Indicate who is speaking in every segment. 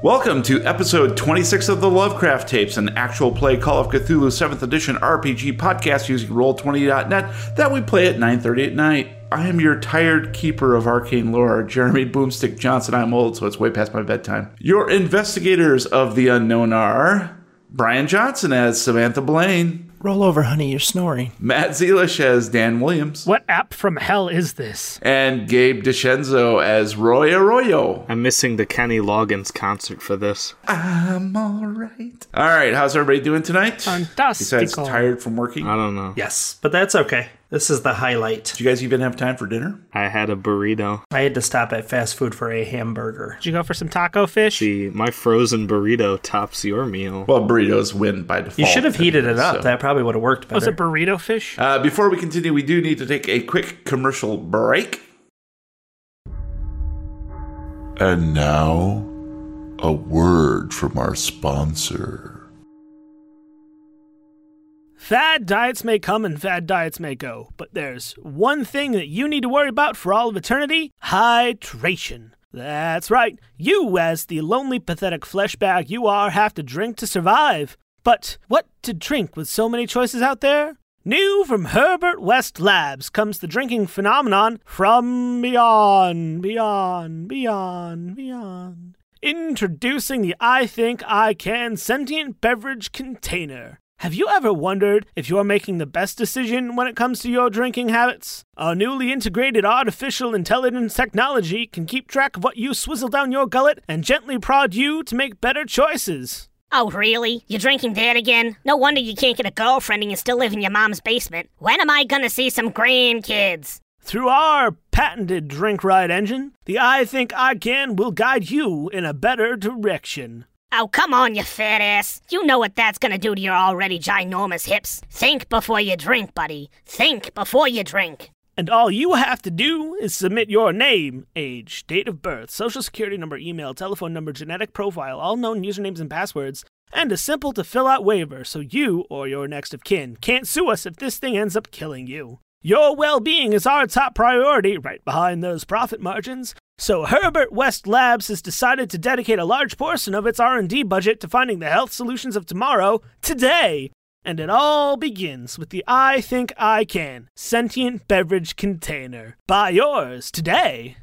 Speaker 1: Welcome to episode 26 of the Lovecraft Tapes, an actual play Call of Cthulhu 7th Edition RPG podcast using Roll20.net that we play at 9.30 at night. I am your tired keeper of arcane lore, Jeremy Boomstick Johnson. I'm old, so it's way past my bedtime. Your investigators of the unknown are Brian Johnson as Samantha Blaine,
Speaker 2: Roll over, honey, you're snoring.
Speaker 1: Matt Zelish as Dan Williams,
Speaker 3: What app from hell is this?
Speaker 1: and Gabe DeScenzo as Roy Arroyo.
Speaker 4: I'm missing the Kenny Loggins concert for this.
Speaker 1: I'm all right. All right, how's everybody doing tonight?
Speaker 3: Fantastical.
Speaker 1: Besides tired from working,
Speaker 4: I don't know.
Speaker 2: Yes, but that's okay. This is the highlight.
Speaker 1: do you guys even have time for dinner?
Speaker 4: I had a burrito.
Speaker 2: I had to stop at fast food for a hamburger.
Speaker 3: Did you go for some taco fish?
Speaker 4: See, my frozen burrito tops your meal.
Speaker 1: Well, burritos win by default.
Speaker 2: You should have heated it up.
Speaker 1: So-
Speaker 2: That probably would have worked better.
Speaker 3: Was it burrito fish?
Speaker 1: Uh, before we continue, we do need to take a quick commercial break.
Speaker 5: And now, a word from our sponsor.
Speaker 3: Fad diets may come and fad diets may go, but there's one thing that you need to worry about for all of eternity hydration. That's right. You, as the lonely, pathetic flesh bag you are, have to drink to survive. But what to drink with so many choices out there? New from Herbert West Labs comes the drinking phenomenon from beyond, beyond, beyond, beyond. Introducing the I Think I Can sentient beverage container. Have you ever wondered if you're making the best decision when it comes to your drinking habits? Our newly integrated artificial intelligence technology can keep track of what you swizzle down your gullet and gently prod you to make better choices.
Speaker 6: Oh, really? You're drinking that again? No wonder you can't get a girlfriend and you still live in your mom's basement. When am I gonna see some grandkids?
Speaker 3: Through our patented drink ride engine, the I Think I Can will guide you in a better direction.
Speaker 6: Oh, come on, you fat ass. You know what that's gonna do to your already ginormous hips. Think before you drink, buddy. Think before you drink.
Speaker 3: And all you have to do is submit your name, age, date of birth, social security number, email, telephone number, genetic profile, all known usernames and passwords, and a simple to fill out waiver so you or your next of kin can't sue us if this thing ends up killing you. Your well being is our top priority, right behind those profit margins. So Herbert West Labs has decided to dedicate a large portion of its R&D budget to finding the health solutions of tomorrow today. And it all begins with the I Think I Can sentient beverage container. Buy yours today.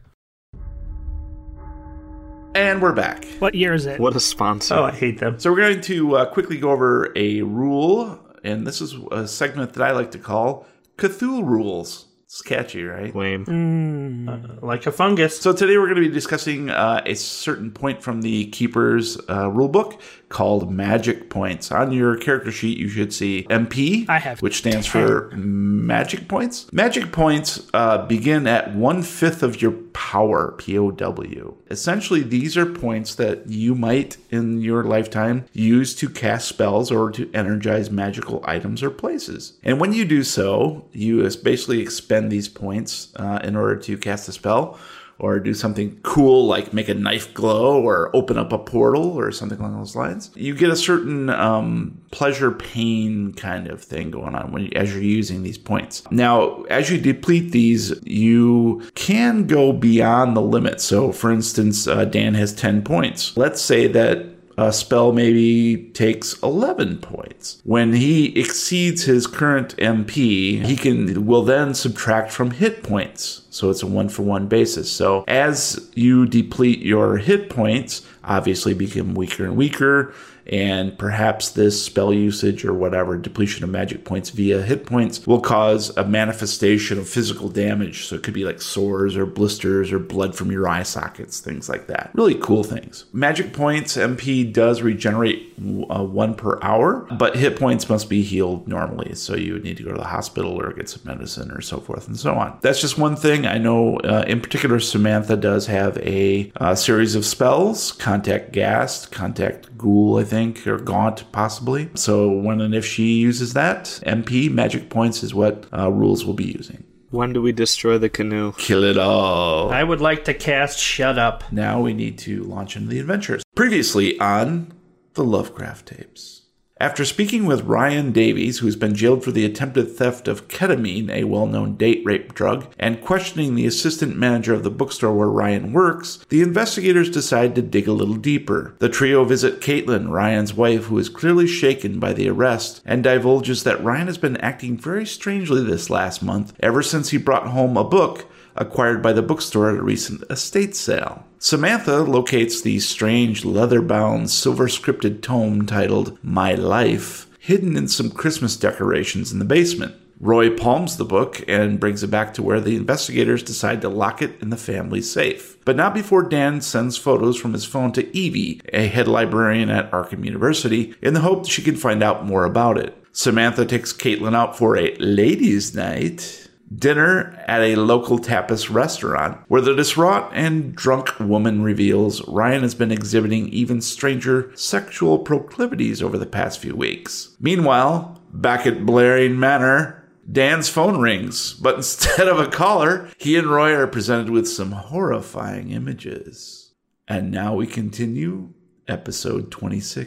Speaker 1: And we're back.
Speaker 3: What year is it?
Speaker 4: What a sponsor.
Speaker 2: Oh, I hate them.
Speaker 1: So we're going to uh, quickly go over a rule, and this is a segment that I like to call Cthulhu Rules. It's catchy, right?
Speaker 4: Lame.
Speaker 2: Mm. Like a fungus.
Speaker 1: So today we're going to be discussing uh, a certain point from the Keeper's uh, rulebook called Magic Points. On your character sheet, you should see MP,
Speaker 3: I have
Speaker 1: which stands for Magic Points. Magic Points uh, begin at one fifth of your power, POW. Essentially, these are points that you might in your lifetime use to cast spells or to energize magical items or places. And when you do so, you basically expend these points uh, in order to cast a spell or do something cool like make a knife glow or open up a portal or something along those lines. You get a certain um, pleasure pain kind of thing going on when you, as you're using these points. Now, as you deplete these, you can go beyond the limit. So, for instance, uh, Dan has 10 points. Let's say that a uh, spell maybe takes 11 points. When he exceeds his current MP, he can will then subtract from hit points. So it's a one for one basis. So as you deplete your hit points, obviously become weaker and weaker and perhaps this spell usage or whatever depletion of magic points via hit points will cause a manifestation of physical damage so it could be like sores or blisters or blood from your eye sockets things like that really cool things magic points mp does regenerate uh, one per hour but hit points must be healed normally so you would need to go to the hospital or get some medicine or so forth and so on that's just one thing i know uh, in particular samantha does have a uh, series of spells contact ghast contact ghoul i think or gaunt possibly so when and if she uses that mp magic points is what uh, rules will be using
Speaker 4: When do we destroy the canoe?
Speaker 1: kill it all
Speaker 2: I would like to cast Shut Up.
Speaker 1: now we need to launch into the adventures previously on the lovecraft tapes After speaking with Ryan Davies, who's been jailed for the attempted theft of ketamine, a well known date rape drug, and questioning the assistant manager of the bookstore where Ryan works, the investigators decide to dig a little deeper. The trio visit Caitlin, Ryan's wife, who is clearly shaken by the arrest, and divulges that Ryan has been acting very strangely this last month, ever since he brought home a book acquired by the bookstore at a recent estate sale. Samantha locates the strange leather bound, silver scripted tome titled My Life hidden in some Christmas decorations in the basement. Roy palms the book and brings it back to where the investigators decide to lock it in the family safe. But not before Dan sends photos from his phone to Evie, a head librarian at Arkham University, in the hope that she can find out more about it. Samantha takes Caitlin out for a ladies' night dinner at a local tapas restaurant where the distraught and drunk woman reveals Ryan has been exhibiting even stranger sexual proclivities over the past few weeks. Meanwhile, back at Blaring Manor, Dan's phone rings, but instead of a caller, he and Roy are presented with some horrifying images. And now we continue episode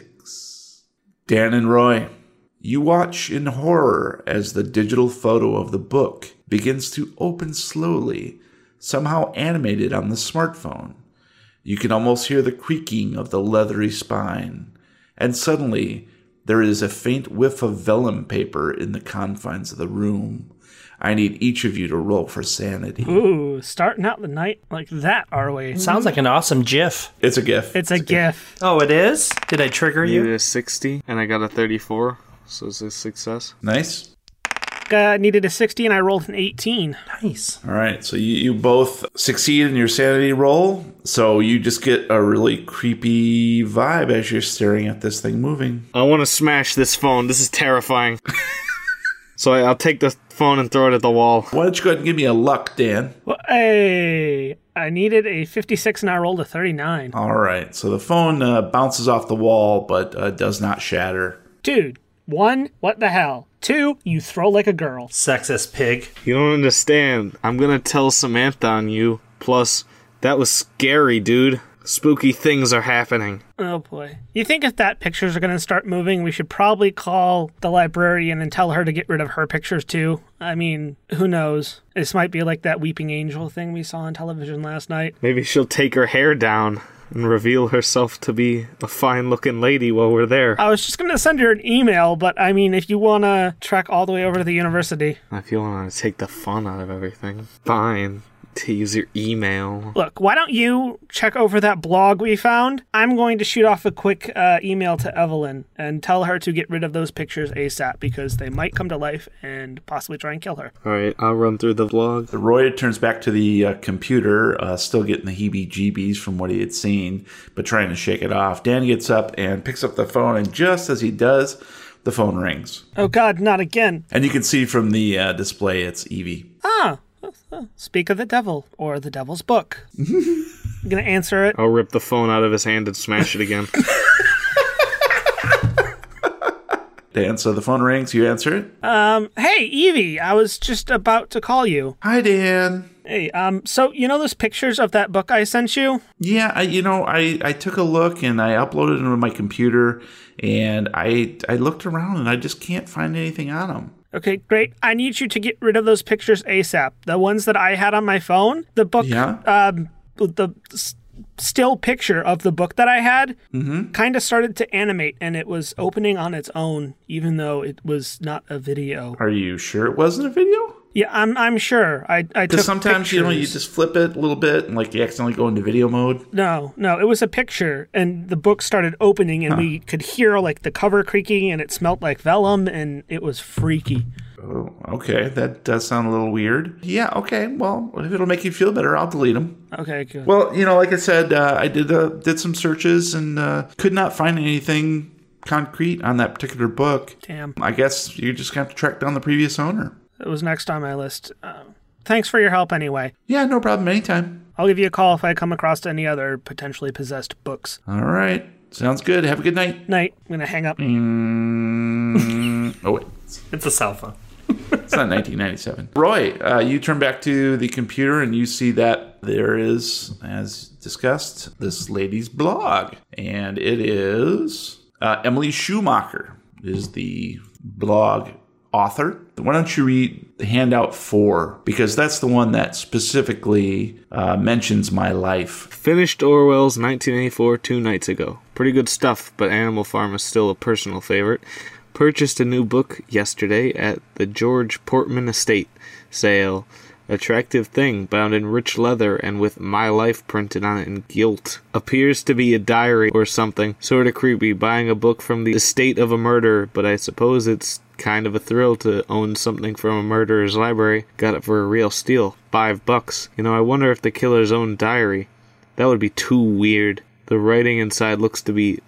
Speaker 1: 26. Dan and Roy. You watch in horror as the digital photo of the book begins to open slowly, somehow animated on the smartphone. You can almost hear the creaking of the leathery spine, and suddenly there is a faint whiff of vellum paper in the confines of the room. I need each of you to roll for sanity.
Speaker 3: Ooh, starting out the night like that, are we?
Speaker 2: Sounds like an awesome GIF.
Speaker 1: It's a gif.
Speaker 3: It's a gif.
Speaker 2: Oh, it is? Did I trigger
Speaker 4: Needed
Speaker 2: you?
Speaker 4: a 60, and I got a 34, so it's a success.
Speaker 1: nice.
Speaker 3: Uh, needed a 60 and I rolled an 18.
Speaker 2: Nice.
Speaker 1: All right, so you, you both succeed in your sanity roll, so you just get a really creepy vibe as you're staring at this thing moving.
Speaker 4: I want to smash this phone. This is terrifying. so I, I'll take the phone and throw it at the wall.
Speaker 1: Why don't you go ahead and give me a luck, Dan?
Speaker 3: Well, hey, I needed a 56 and I rolled a 39.
Speaker 1: All right, so the phone uh, bounces off the wall but uh, does not shatter.
Speaker 3: Dude, one, what the hell? Two, you throw like a girl.
Speaker 2: Sexist pig.
Speaker 4: You don't understand. I'm gonna tell Samantha on you. Plus, that was scary, dude. Spooky things are happening.
Speaker 3: Oh boy. You think if that pictures are going to start moving, we should probably call the librarian and tell her to get rid of her pictures too? I mean, who knows? This might be like that weeping angel thing we saw on television last night.
Speaker 4: Maybe she'll take her hair down and reveal herself to be a fine looking lady while we're there.
Speaker 3: I was just going to send her an email, but I mean, if you want to trek all the way over to the university,
Speaker 4: If you wanna take the fun out of everything, fine. To use your email.
Speaker 3: Look, why don't you check over that blog we found? I'm going to shoot off a quick uh, email to Evelyn and tell her to get rid of those pictures ASAP because they might come to life and possibly try and kill her.
Speaker 4: Alright, I'll run through the vlog.
Speaker 1: Roy turns back to the uh, computer, uh, still getting the heebie jeebies from what he had seen, but trying to shake it off. Dan gets up and picks up the phone, and just as he does, the phone rings.
Speaker 3: Oh, God, not again.
Speaker 1: And you can see from the uh, display it's Evie.
Speaker 3: Ah, speak of the devil or the devil's book. I'm going to answer it.
Speaker 4: I'll rip the phone out of his hand and smash it again.
Speaker 1: Dan, so the phone rings, you answer it.
Speaker 3: Hey, Evie, I was just about to call you.
Speaker 1: Hi, Dan.
Speaker 3: Hey, um, so you know those pictures of that book I sent you?
Speaker 1: Yeah, I, you know, I, I took a look and I uploaded it into my computer, and I I looked around and I just can't find anything on them.
Speaker 3: Okay, great. I need you to get rid of those pictures ASAP. The ones that I had on my phone, the book,
Speaker 1: Yeah.
Speaker 3: um, the s- still picture of the book that I had,
Speaker 1: Mm-hmm.
Speaker 3: kind of started to animate and it was opening on its own, even though it was not a video.
Speaker 1: Are you sure it wasn't a video?
Speaker 3: Yeah, I'm I'm sure. I I took
Speaker 1: Because sometimes you know you
Speaker 3: pictures.
Speaker 1: just flip it a little bit and like you accidentally go into video mode.
Speaker 3: no no it was a picture and the book started opening and we could hear like the cover creaking and it smelt like vellum and it was freaky.
Speaker 1: Oh, okay, that does sound a little weird. Yeah, okay. Well, if it'll make you feel better, I'll delete them.
Speaker 3: Okay, good.
Speaker 1: Well, you know, like I said, uh, I did uh, did some searches and uh, could not find anything concrete on that particular book.
Speaker 3: Damn.
Speaker 1: I guess you're just gonna have to track down the previous owner.
Speaker 3: It was next on my list. Uh, thanks for your help anyway.
Speaker 1: Yeah, no problem. Anytime.
Speaker 3: I'll give you a call if I come across any other potentially possessed books.
Speaker 1: All right. Sounds good. Have a good night.
Speaker 3: Night. I'm going to hang up.
Speaker 1: Oh wait,
Speaker 2: It's a cell phone.
Speaker 1: it's not 1997. Roy, uh, you turn back to the computer and you see that there is, as discussed, this lady's blog, and it is uh, Emily Schumacher. is the blog author. Why don't you read handout four? Because that's the one that specifically uh, mentions my life.
Speaker 4: Finished Orwell's 1984 two nights ago. Pretty good stuff, but Animal Farm is still a personal favorite. Purchased a new book yesterday at the George Portman Estate sale. Attractive thing, bound in rich leather and with my life printed on it in gilt. Appears to be a diary or something. Sorta creepy, buying a book from the estate of a murderer, but I suppose it's kind of a thrill to own something from a murderer's library. Got it for a real steal. Five bucks. You know, I wonder if the killer's own diary. That would be too weird. The writing inside looks to be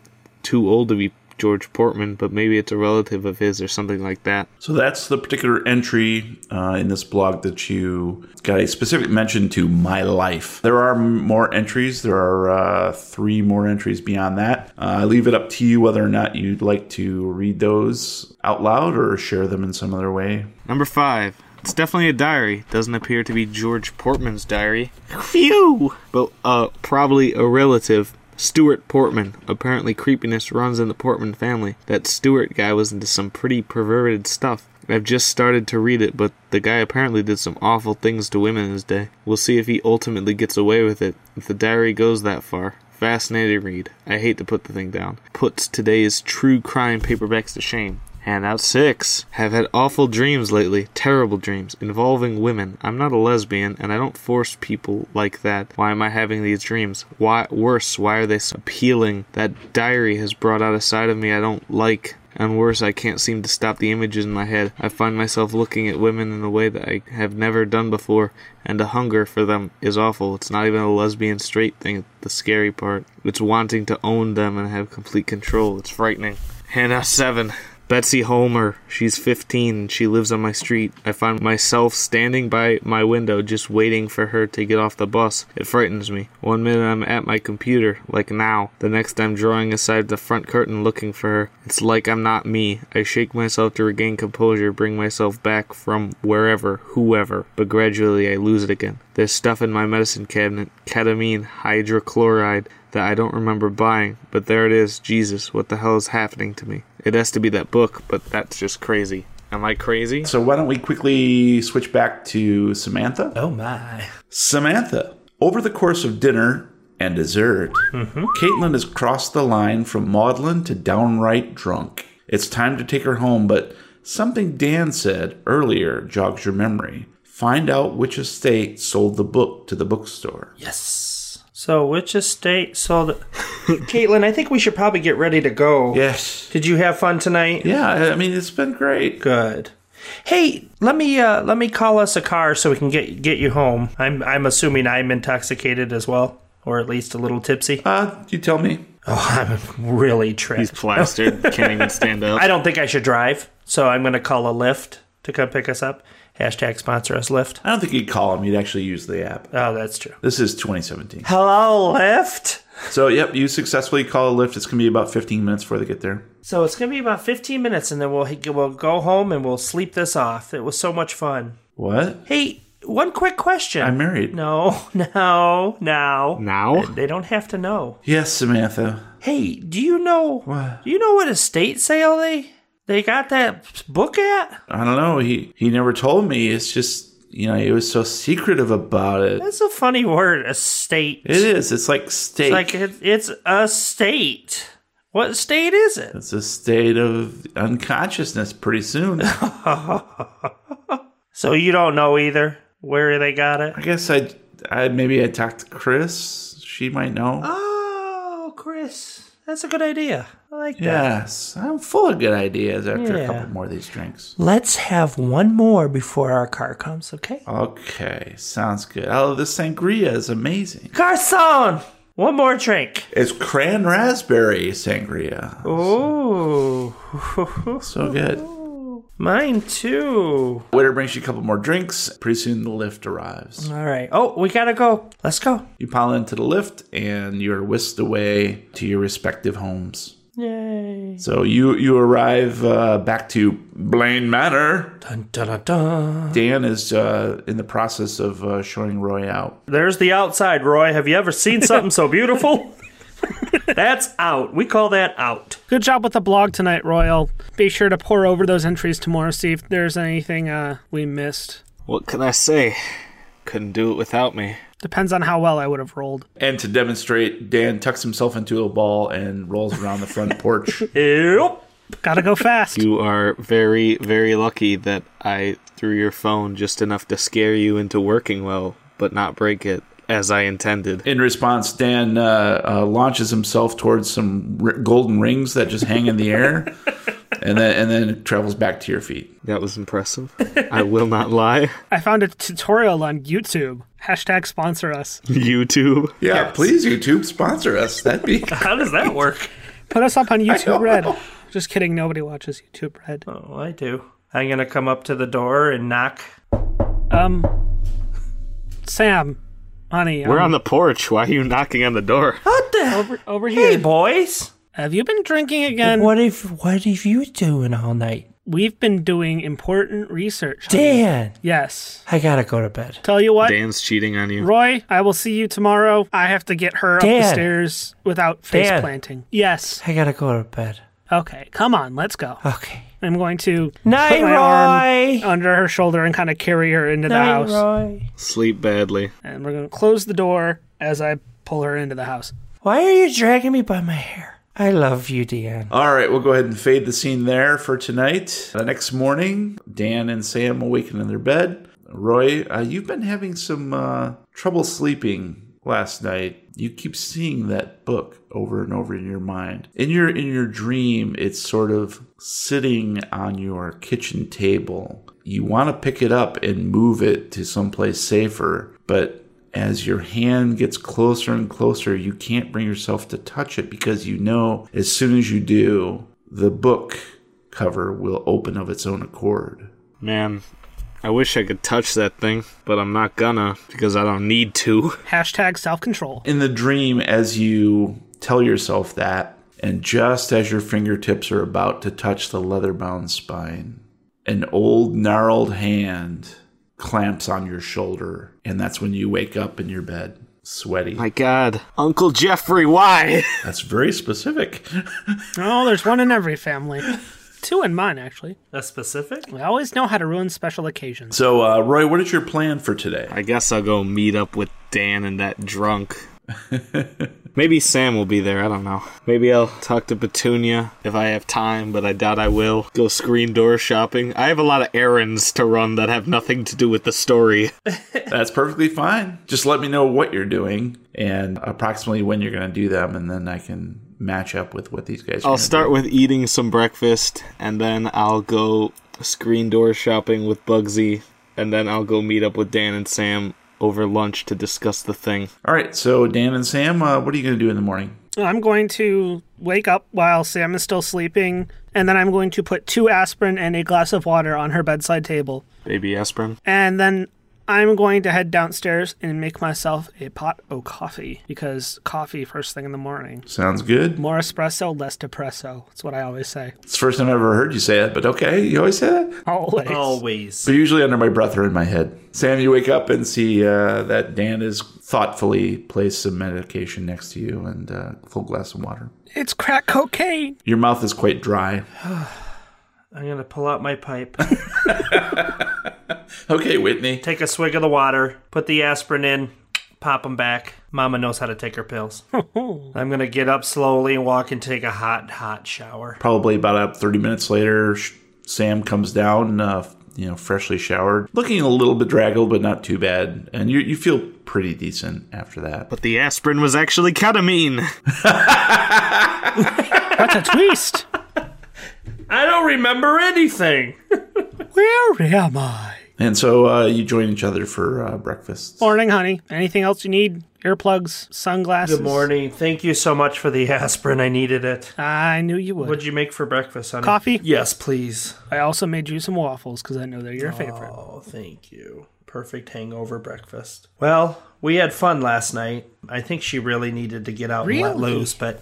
Speaker 4: too old to be George Portman, but maybe it's a relative of his or something like that.
Speaker 1: So that's the particular entry uh, in this blog that you got a specific mention to my life. There are more entries. There are uh, three more entries beyond that. Uh, I leave it up to you whether or not you'd like to read those out loud or share them in some other way.
Speaker 4: Number five. It's definitely a diary. Doesn't appear to be George Portman's diary. Phew! But uh, probably a relative. Stuart Portman. Apparently, creepiness runs in the Portman family. That Stuart guy was into some pretty perverted stuff. I've just started to read it, but the guy apparently did some awful things to women in his day. We'll see if he ultimately gets away with it, if the diary goes that far. Fascinating read. I hate to put the thing down. Puts today's true crime paperbacks to shame. Handout six. Have had awful dreams lately, terrible dreams, involving women. I'm not a lesbian, and I don't force people like that. Why am I having these dreams? Why worse, why are they so appealing? That diary has brought out a side of me I don't like. And worse, I can't seem to stop the images in my head. I find myself looking at women in a way that I have never done before, and the hunger for them is awful. It's not even a lesbian straight thing, the scary part. It's wanting to own them and have complete control. It's frightening. Handout 7. Betsy Homer. She's 15 and she lives on my street. I find myself standing by my window just waiting for her to get off the bus. It frightens me. One minute I'm at my computer, like now. The next I'm drawing aside the front curtain looking for her. It's like I'm not me. I shake myself to regain composure, bring myself back from wherever, whoever, but gradually I lose it again. There's stuff in my medicine cabinet ketamine, hydrochloride, that I don't remember buying, but there it is. Jesus, what the hell is happening to me? It has to be that book, but that's just crazy. Am I crazy?
Speaker 1: So why don't we quickly switch back to Samantha?
Speaker 7: Oh my.
Speaker 1: Samantha, over the course of dinner and dessert, Caitlin has crossed the line from maudlin to downright drunk. It's time to take her home, but something Dan said earlier jogs your memory. Find out which estate sold the book to the bookstore.
Speaker 7: Yes. So which estate sold it? Caitlin, I think we should probably get ready to go.
Speaker 1: Yes.
Speaker 7: Did you have fun tonight?
Speaker 1: Yeah, I- I mean, it's been great.
Speaker 7: Good. Hey, let me uh, let me call us a car so we can get get you home. I'm I'm assuming I'm intoxicated as well, or at least a little tipsy.
Speaker 1: Uh, you tell me.
Speaker 7: Oh, I'm really
Speaker 4: He's
Speaker 7: tripped.
Speaker 4: plastered, can't even stand up.
Speaker 7: I don't think I should drive, so I'm going to call a Lyft to come pick us up. Hashtag sponsor us Lyft.
Speaker 1: I don't think you'd call him. You'd actually use the app.
Speaker 7: Oh, that's true.
Speaker 1: This is 2017.
Speaker 7: Hello, Lyft.
Speaker 1: So, yep, you successfully call a lift. It's going to be about 15 minutes before they get there.
Speaker 7: So it's gonna be about 15 minutes, and then we'll we'll go home and we'll sleep this off. It was so much fun.
Speaker 1: What?
Speaker 7: Hey, one quick question.
Speaker 1: I'm married.
Speaker 7: No, no, no.
Speaker 4: Now?
Speaker 7: They don't have to know.
Speaker 1: Yes, Samantha.
Speaker 7: Hey, do you know?
Speaker 1: What?
Speaker 7: Do you know what estate sale they they got that book at?
Speaker 1: I don't know. He he never told me. It's just you know he was so secretive about it.
Speaker 7: That's a funny word, estate.
Speaker 1: It is. It's like state.
Speaker 7: Like it, it's a state. What state is it?
Speaker 1: it's a state of unconsciousness. Pretty soon, I
Speaker 7: So you don't know either where they got it.
Speaker 1: guess I I maybe I talked to Chris. She might know.
Speaker 7: Oh, Chris, that's a good idea. I like that.
Speaker 1: yes, I'm full of good ideas after a
Speaker 7: Yeah.
Speaker 1: couple more of these drinks.
Speaker 7: Let's have one more before our car comes, okay?
Speaker 1: Okay, sounds good. Oh, this sangria is amazing.
Speaker 7: Garcon! One more drink.
Speaker 1: It's cran raspberry sangria.
Speaker 7: Ooh.
Speaker 1: So good.
Speaker 7: Mine too.
Speaker 1: Waiter brings you a couple more drinks. Pretty soon the lift arrives.
Speaker 7: All right. Oh, we gotta go. Let's go.
Speaker 1: You pile into the lift and you're whisked away to your respective homes.
Speaker 7: Yay.
Speaker 1: So you you arrive uh, back to Blaine Manor.
Speaker 7: Dun, dun, dun, dun.
Speaker 1: Dan is uh, in the process of uh, showing Roy out.
Speaker 7: There's the outside, Roy. Have you ever seen something so beautiful?
Speaker 2: That's out. We call that out.
Speaker 3: Good job with the blog tonight, Royal. Be sure to pour over those entries tomorrow, see if there's anything uh, we missed.
Speaker 4: What can I say? Couldn't do it without me.
Speaker 3: Depends on how well I would have rolled.
Speaker 1: And to demonstrate, Dan tucks himself into a ball and rolls around the front porch.
Speaker 2: Yep.
Speaker 3: Gotta go fast.
Speaker 4: You are very, very lucky that I threw your phone just enough to scare you into working well, but not break it as I intended.
Speaker 1: In response, Dan uh, uh, launches himself towards some r- golden rings that just hang in the air, and then and then travels back to your feet.
Speaker 4: That was impressive. I will not lie.
Speaker 3: I found a tutorial on YouTube. Hashtag sponsor us.
Speaker 4: YouTube.
Speaker 1: Yeah, please YouTube sponsor us. That'd be
Speaker 2: How does that work?
Speaker 3: Put us up on YouTube
Speaker 1: don't
Speaker 3: Red.
Speaker 1: know.
Speaker 3: Just kidding, nobody watches YouTube Red.
Speaker 2: Oh, I do. I'm gonna come up to the door and knock.
Speaker 3: Um, Sam, honey,
Speaker 4: We're
Speaker 3: um,
Speaker 4: on the porch. Why are you knocking on the door?
Speaker 2: What the? hell?
Speaker 3: over, over
Speaker 2: Hey,
Speaker 3: here.
Speaker 2: boys.
Speaker 3: Have you been drinking again?
Speaker 2: if? What if you doing all night,
Speaker 3: We've been doing important research.
Speaker 2: Dan?
Speaker 3: Yes.
Speaker 2: I gotta go to bed.
Speaker 3: Tell you what,
Speaker 4: Dan's cheating on you.
Speaker 3: Roy, I will see you tomorrow. I have to get her up
Speaker 2: Dan.
Speaker 3: the stairs without face
Speaker 2: Dan.
Speaker 3: planting. Yes.
Speaker 2: I gotta go to bed.
Speaker 3: Okay, come on, let's go.
Speaker 2: Okay.
Speaker 3: I'm going to
Speaker 2: Night,
Speaker 3: put my
Speaker 2: Roy.
Speaker 3: arm under her shoulder and kind of carry her into the house.
Speaker 2: Roy.
Speaker 4: Sleep badly.
Speaker 3: And we're going to close the door as I pull her into the house.
Speaker 2: Why are you dragging me by my hair? I love you, Dan.
Speaker 1: All right, we'll go ahead and fade the scene there for tonight. The next morning, Dan and Sam awaken in their bed. Roy, uh, you've been having some uh, trouble sleeping last night. You keep seeing that book over and over in your mind. In your in your dream, it's sort of sitting on your kitchen table. You want to pick it up and move it to someplace safer, but as your hand gets closer and closer, you can't bring yourself to touch it because you know as soon as you do, the book cover will open of its own accord.
Speaker 4: Man, I wish I could touch that thing, but I'm not gonna because I don't need to.
Speaker 3: Hashtag self control.
Speaker 1: In the dream, as you tell yourself that, and just as your fingertips are about to touch the leather bound spine, an old gnarled hand clamps on your shoulder, and that's when you wake up in your bed, sweaty.
Speaker 4: My god. Uncle Jeffrey, why?
Speaker 1: That's very specific.
Speaker 3: Oh, there's one in every family. Two in mine, actually.
Speaker 2: A specific?
Speaker 3: We always know how to ruin special occasions.
Speaker 1: So, uh, Roy, what is your plan for today?
Speaker 4: I guess I'll go meet up with Dan and that drunk. Maybe Sam will be there, I don't know. Maybe I'll talk to Petunia if I have time, but I doubt I will. Go screen door shopping. I have a lot of errands to run that have nothing to do with the story.
Speaker 1: That's perfectly fine. Just let me know what you're doing and approximately when you're going to do them, and then I can match up with what these guys are.
Speaker 4: I'll
Speaker 1: gonna
Speaker 4: start with eating some breakfast, and then I'll go screen door shopping with Bugsy, and then I'll go meet up with Dan and Sam over lunch to discuss the thing.
Speaker 1: do. All right. So, Dan and Sam, uh, what are you going to do in the morning?
Speaker 3: I'm going to wake up while Sam is still sleeping, and then I'm going to put two aspirin and a glass of water on her bedside table.
Speaker 4: Baby aspirin.
Speaker 3: And then I'm going to head downstairs and make myself a pot of coffee because coffee first thing in the morning.
Speaker 1: Sounds good.
Speaker 3: More espresso, less depresso. That's what I always say.
Speaker 1: It's the first time I've ever heard you say that, but okay. You always say that?
Speaker 3: Always.
Speaker 2: Always.
Speaker 1: But usually under my breath or in my head. Sam, you wake up and see uh, that Dan has thoughtfully placed some medication next to you and uh, full glass of water.
Speaker 3: It's crack cocaine.
Speaker 1: Your mouth is quite dry.
Speaker 2: I'm gonna pull out my pipe,
Speaker 1: Okay, Whitney.
Speaker 2: take a swig of the water, put the aspirin in, pop them back. Mama knows how to take her pills. I'm gonna get up slowly and walk and take a hot, hot shower.
Speaker 1: probably about uh, 30 minutes later Sh- sam comes down uh, you know freshly showered looking a little bedraggled but not too bad and you, you feel pretty decent after that
Speaker 4: But the aspirin was actually ketamine.
Speaker 3: What a twist.
Speaker 2: I don't remember anything.
Speaker 3: Where am I?
Speaker 1: and so uh, you join each other for uh, breakfast
Speaker 3: Morning, honey. Anything else you need? Earplugs, sunglasses.
Speaker 2: Good morning. Thank you so much for the aspirin. I needed it.
Speaker 3: I knew you would.
Speaker 2: What'd you make for breakfast, honey?
Speaker 3: Coffee?
Speaker 2: Yes, please.
Speaker 3: I also made you some waffles because I know they're your favorite.
Speaker 2: Oh, thank you. Perfect hangover breakfast. Well, we had fun last night. I think she really needed to get out and let
Speaker 3: Really?
Speaker 2: loose, but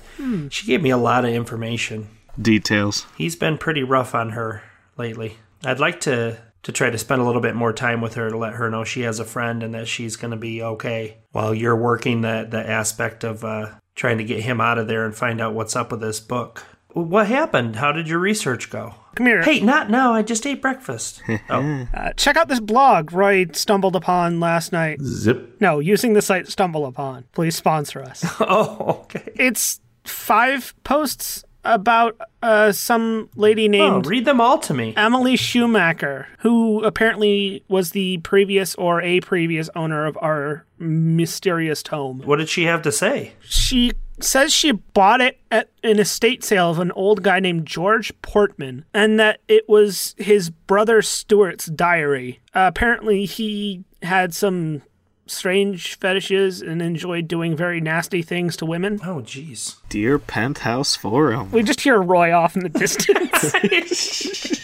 Speaker 2: she gave me a lot of information.
Speaker 4: Details.
Speaker 2: He's been pretty rough on her lately. I'd like to to try to spend a little bit more time with her to let her know she has a friend and that she's going to be okay while you're working the the aspect of uh
Speaker 7: trying to get him out of there and find out what's up with this book. What happened? How did your research go?
Speaker 3: Come here.
Speaker 7: Hey, not now. I just ate breakfast. oh,
Speaker 3: Uh, check out this blog Roy stumbled upon last night.
Speaker 1: Zip.
Speaker 3: No, using the site stumble upon. Please sponsor us.
Speaker 7: oh, okay.
Speaker 3: it's five posts about uh, some lady
Speaker 7: Oh,
Speaker 3: named
Speaker 7: read them all to me.
Speaker 3: Emily Schumacher, who apparently was the previous or a previous owner of our mysterious tome.
Speaker 7: What did she have to say?
Speaker 3: She says she bought it at an estate sale of an old guy named George Portman and that it was his brother Stuart's diary. Uh, apparently, he had some strange fetishes and enjoyed doing very nasty things to women.
Speaker 7: Oh, jeez.
Speaker 4: Dear Penthouse Forum.
Speaker 3: We just hear Roy off in the distance.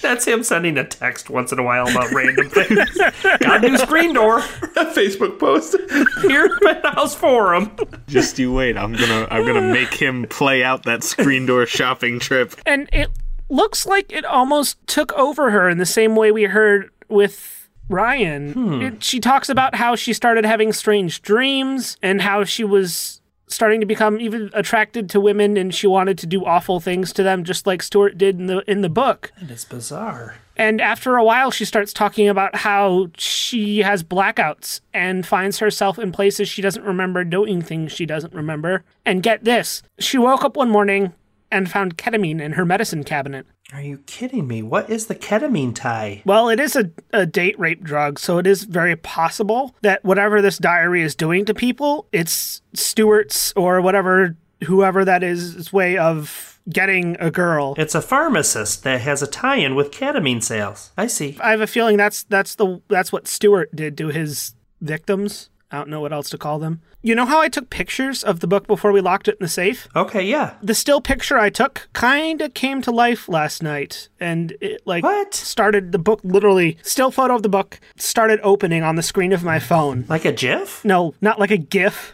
Speaker 7: That's him sending a text once in a while about random things. Got a new screen door.
Speaker 1: A Facebook post.
Speaker 7: Here at the house forum.
Speaker 4: Just you wait. I'm gonna I'm gonna make him play out that screen door shopping trip.
Speaker 3: and it looks like it almost took over her in the same way we heard with Ryan. It, she talks about how she started having strange dreams and how she was starting to become even attracted to women and she wanted to do awful things to them just like Stuart did in the in the book.
Speaker 7: It's bizarre.
Speaker 3: And after a while she starts talking about how she has blackouts and finds herself in places she doesn't remember doing things she doesn't remember. And get this, she woke up one morning and found ketamine in her medicine cabinet.
Speaker 7: Are you kidding me? What is the ketamine tie?
Speaker 3: Well, it is a, a date rape drug, so it is very possible that whatever this diary is doing to people, it's Stewart's or whatever, whoever that is, its way of getting a girl.
Speaker 7: It's a pharmacist that has a tie-in with ketamine sales. I see.
Speaker 3: I have a feeling that's that's the that's what Stewart did to his victims. I don't know what else to call them. You know how I took pictures of the book before we locked it in the safe?
Speaker 7: Okay, yeah.
Speaker 3: The still picture I took kind of came to life last night, and it like
Speaker 7: What?
Speaker 3: started the book literally still photo of the book started opening on the screen of my phone.
Speaker 7: Like a GIF?
Speaker 3: No, not like a GIF.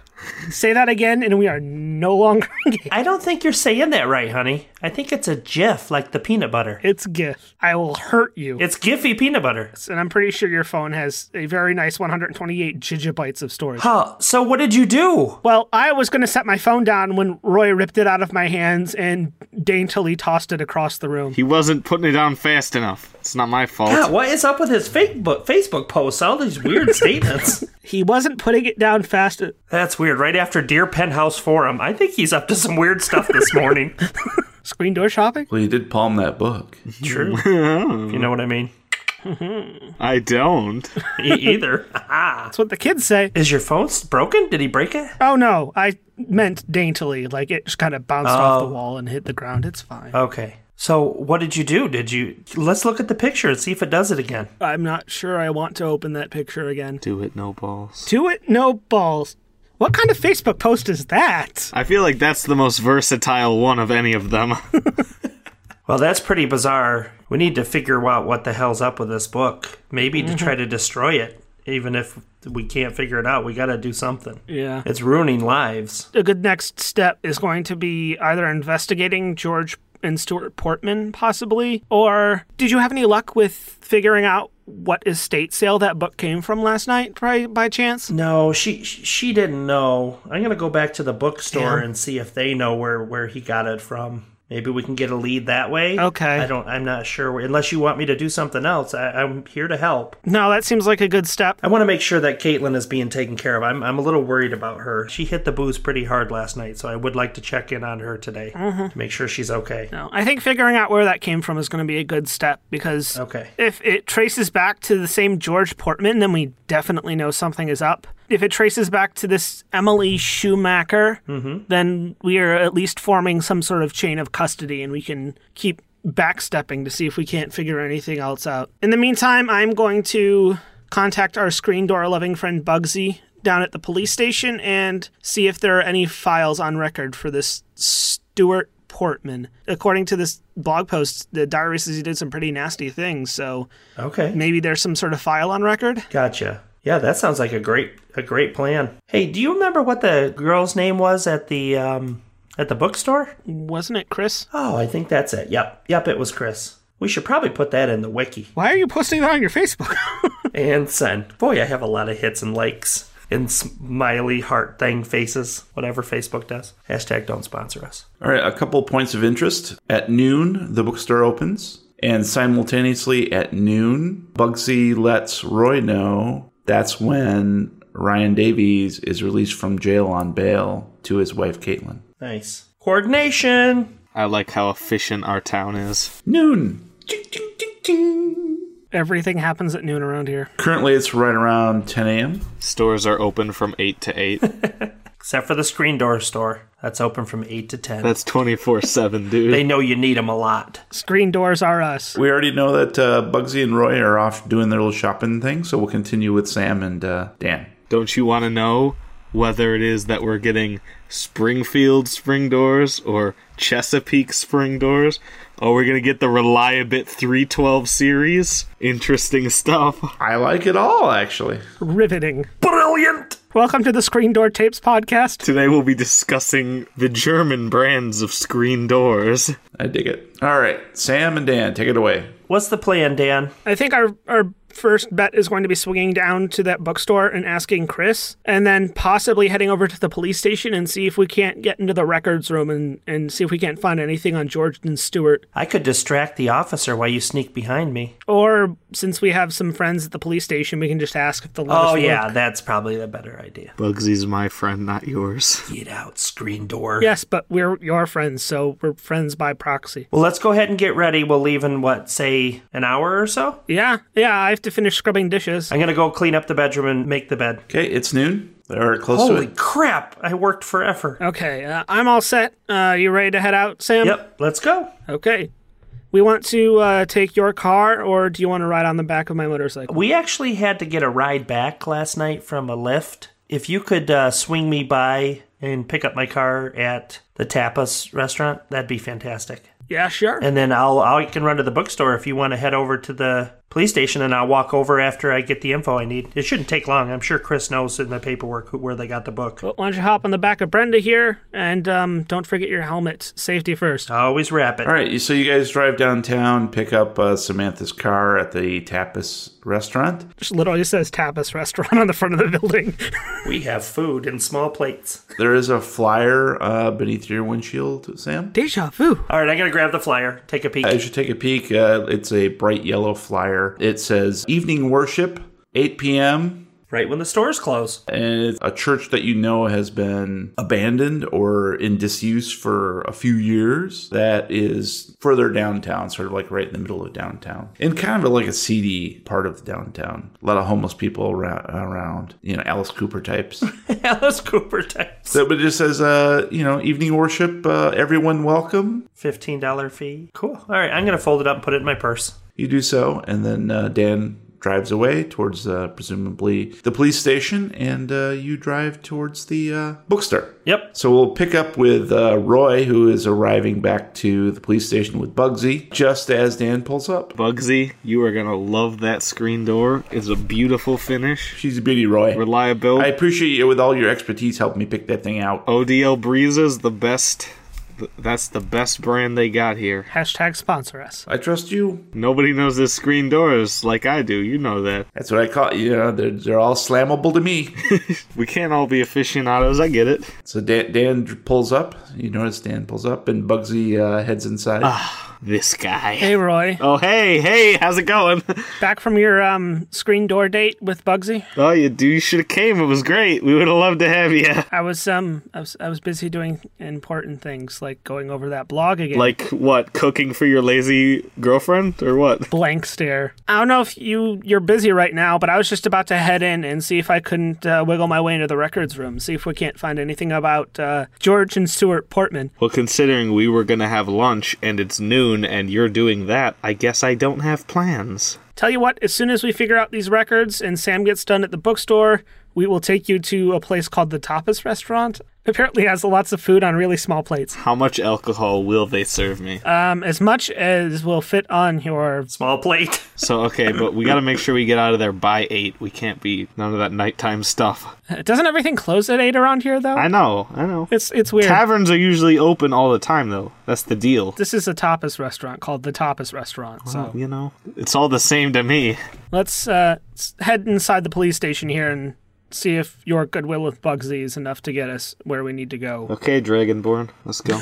Speaker 3: Say that again, and we are no longer. engaged.
Speaker 7: I don't think you're saying that right, honey. I think it's a GIF, like the peanut butter.
Speaker 3: it's GIF. I will hurt you.
Speaker 7: It's Giphy peanut butter.
Speaker 3: and I'm pretty sure your phone has a very nice 128 gigabytes of storage.
Speaker 7: Huh. Oh, So what did you do?
Speaker 3: Well, I was going to set my phone down when Roy ripped it out of my hands and daintily tossed it across the room.
Speaker 4: He wasn't putting it on fast enough. It's not my fault.
Speaker 7: God, what is up with his fake book, Facebook posts? All these weird statements.
Speaker 3: He wasn't putting it down fast.
Speaker 7: That's weird. Right after Dear Penthouse Forum, I think he's up to some weird stuff this morning.
Speaker 3: Screen door shopping?
Speaker 1: Well, you did palm that book.
Speaker 7: True. if you know what I mean.
Speaker 4: I don't.
Speaker 7: E- either.
Speaker 3: That's what the kids say.
Speaker 7: Is your phone s- broken? Did he break it?
Speaker 3: Oh no, I meant daintily. Like it just kind of bounced off the wall and hit the ground. It's fine.
Speaker 7: Okay. So what did you do? Did you let's look at the picture and see if it does it again.
Speaker 3: I'm not sure I want to open that picture again.
Speaker 4: Do it, no balls.
Speaker 3: Do it, no balls. What kind of Facebook post is that?
Speaker 4: I feel like that's the most versatile one of any of them.
Speaker 7: Well, that's pretty bizarre. We need to figure out what the hell's up with this book. Maybe to try to destroy it, even if we can't figure it out. We got to do something.
Speaker 3: Yeah.
Speaker 7: It's ruining lives.
Speaker 3: A good next step is going to be either investigating George and Stuart Portman, possibly, or did you have any luck with figuring out what estate sale that book came from last night by, by chance?
Speaker 7: No, she she didn't know. I'm gonna go back to the bookstore and see if they know where where he got it from. Maybe we can get a lead that way.
Speaker 3: Okay.
Speaker 7: I don't. I'm not sure. Unless you want me to do something else, I, I'm here to help.
Speaker 3: No, that seems like a good step.
Speaker 7: I want to make sure that Caitlin is being taken care of. I'm I'm a little worried about her. She hit the booze pretty hard last night, so I would like to check in on her today to make sure she's okay.
Speaker 3: No, I think figuring out where that came from is going to be a good step because
Speaker 7: Okay.
Speaker 3: if it traces back to the same George Portman, then we definitely know something is up. If it traces back to this Emily Schumacher, then we are at least forming some sort of chain of custody and we can keep backstepping to see if we can't figure anything else out. In the meantime, I'm going to contact our screen door loving friend Bugsy down at the police station and see if there are any files on record for this Stuart Portman. According to this blog post, the diary says he did some pretty nasty things, so
Speaker 7: Okay.
Speaker 3: maybe there's some sort of file on record.
Speaker 7: Gotcha. Yeah, that sounds like a great a great plan. Hey, do you remember what the girl's name was at the um at the bookstore?
Speaker 3: Wasn't it Chris?
Speaker 7: Oh, I think that's it. Yep. Yep, it was Chris. We should probably put that in the wiki
Speaker 3: Why are you posting that on your Facebook?
Speaker 7: and send. Boy, I have a lot of hits and likes.
Speaker 2: and smiley heart thing faces, whatever Facebook does. Hashtag don't sponsor us.
Speaker 1: All right, a couple points of interest. At noon, the bookstore opens, and simultaneously at noon, Bugsy lets Roy know that's when Ryan Davies is released from jail on bail to his wife Caitlin.
Speaker 2: Nice. Coordination.
Speaker 4: I like how efficient our town is.
Speaker 1: Noon. Ching, ching, ching, ching.
Speaker 3: Everything happens at noon around here.
Speaker 1: Currently, it's right around 10 a.m.
Speaker 4: Stores are open from 8 to 8.
Speaker 2: Except for the screen door store. That's open from 8 to 10.
Speaker 4: That's 24 7, dude.
Speaker 2: they know you need them a lot.
Speaker 3: Screen doors are uh, us.
Speaker 1: We already know that uh, Bugsy and Roy are off doing their little shopping thing, so we'll continue with Sam and uh, Dan.
Speaker 4: Don't you want to know whether it is that we're getting Springfield spring doors or Chesapeake spring doors? Or we're going to get the Reliabit 312 series? Interesting stuff.
Speaker 1: I like it all, actually.
Speaker 3: Riveting.
Speaker 2: Brilliant!
Speaker 3: Welcome to the Screen Door Tapes podcast.
Speaker 4: Today we'll be discussing the German brands of screen doors.
Speaker 1: I dig it. All right, Sam and Dan, take it away.
Speaker 2: What's the plan, Dan?
Speaker 3: I think our our first bet is going to be swinging down to that bookstore and asking Chris, and then possibly heading over to the police station and see if we can't get into the records room and, and see if we can't find anything on George and Stewart.
Speaker 2: I could distract the officer while you sneak behind me.
Speaker 3: Or since we have some friends at the police station, we can just ask if the
Speaker 2: Oh, yeah, that's probably the better idea.
Speaker 4: Bugsy's my friend, not yours.
Speaker 2: Get out, screen door.
Speaker 3: Yes, but we're your friends, so we're friends by proxy.
Speaker 2: Well, let's go ahead and get ready. We'll leave in, what, say, an hour or so?
Speaker 3: Yeah, yeah, I have to finish scrubbing dishes.
Speaker 2: I'm going to go clean up the bedroom and make the bed.
Speaker 1: Okay, it's noon. They're close
Speaker 2: Holy
Speaker 1: to it.
Speaker 2: crap! I worked forever.
Speaker 3: Okay, uh, I'm all set. Uh, you ready to head out, Sam?
Speaker 2: Yep, let's go.
Speaker 3: Okay. We want to uh, take your car, or do you want to ride on the back of my motorcycle?
Speaker 2: We actually had to get a ride back last night from a lift. If you could uh, swing me by and pick up my car at the tapas restaurant, that'd be fantastic.
Speaker 3: Yeah, sure.
Speaker 2: And then I'll I can run to the bookstore if you want to head over to the police station, and I'll walk over after I get the info I need. It shouldn't take long. I'm sure Chris knows in the paperwork who, where they got the book.
Speaker 3: Why don't you hop on the back of Brenda here, and um, don't forget your helmet. Safety first.
Speaker 7: Uh,
Speaker 2: I always wrap it.
Speaker 1: All right, so you guys drive downtown, pick up uh, Samantha's car at the Tapas restaurant.
Speaker 3: Just literally says Tapas Restaurant on the front of the building.
Speaker 2: We have food in small plates.
Speaker 1: There is a flyer uh, beneath your windshield, Sam.
Speaker 3: Deja vu.
Speaker 2: All right, I'm gonna grab the flyer, take a peek.
Speaker 1: As you take a peek, uh, it's a bright yellow flyer. It says Evening Worship, 8 p.m.,
Speaker 2: right when the stores close.
Speaker 1: and it's a church that you know has been abandoned or in disuse for a few years that is further downtown sort of like right in the middle of downtown and kind of like a seedy part of downtown a lot of homeless people around, around you know alice cooper types
Speaker 2: Alice Cooper types.
Speaker 1: so, but it just says uh you know evening worship uh, everyone welcome
Speaker 2: Fifteen dollar fee. Cool. All right, I'm gonna fold it up and put it in my purse.
Speaker 1: you do so and then uh, dan drives away towards uh, presumably the police station and uh, you drive towards the uh, bookstore
Speaker 2: Yep.
Speaker 1: So we'll pick up with uh, Roy, who is arriving back to the police station with Bugsy just as Dan pulls up.
Speaker 4: Bugsy, you are going to love that screen door. It's a beautiful finish.
Speaker 1: She's a beauty, Roy. I
Speaker 4: Reliability.
Speaker 1: appreciate you with all your expertise helping me pick that thing out.
Speaker 4: ODL Breezes, the best. th- That's the best brand they got here.
Speaker 3: Hashtag sponsor us.
Speaker 1: I trust you.
Speaker 4: Nobody knows this screen doors like I do. You know that.
Speaker 1: That's what I call you. Know, they're, they're all slammable to me.
Speaker 4: We can't all be aficionados. I get it.
Speaker 1: so Dan, Dan pulls up. You notice Dan pulls up, and Bugsy uh, heads inside.
Speaker 4: This guy.
Speaker 3: Hey, Roy.
Speaker 4: Oh, hey, hey, how's it going?
Speaker 3: Back from your um, screen door date with Bugsy?
Speaker 4: Oh, you do. You should have came. It was great. We would have loved to have you.
Speaker 3: I was um I was I was busy doing important things like going over that blog again.
Speaker 4: Like what? Cooking for your lazy girlfriend or what?
Speaker 3: blank stare. I don't know if you you're busy right now, but I was just about to head in and see if I couldn't uh, wiggle my way into the records room, see if we can't find anything about uh, George and Stuart Portman.
Speaker 4: Well, considering we were gonna have lunch and it's noon and you're doing that, I guess I don't have plans.
Speaker 3: Tell you what, as soon as we figure out these records and Sam gets done at the bookstore, we will take you to a place called the Tapas Restaurant. Apparently, it has lots of food on really small plates.
Speaker 4: How much alcohol will they serve me?
Speaker 3: Um, as much as will fit on your.
Speaker 2: Small plate.
Speaker 4: so okay, but we gotta make sure we get out of there by eight. We can't be none of that nighttime stuff.
Speaker 3: Doesn't everything close at eight around here though?
Speaker 4: I know. I know.
Speaker 3: It's it's weird.
Speaker 4: Taverns are usually open all the time, though. That's the deal.
Speaker 3: this is a tapas restaurant called the Tapas Restaurant. So
Speaker 4: You know, it's all the same to me.
Speaker 3: Let's uh, s- head inside the police station here and see if your goodwill with Bugsy is enough to get us where we need to go.
Speaker 4: Okay, Dragonborn, let's go.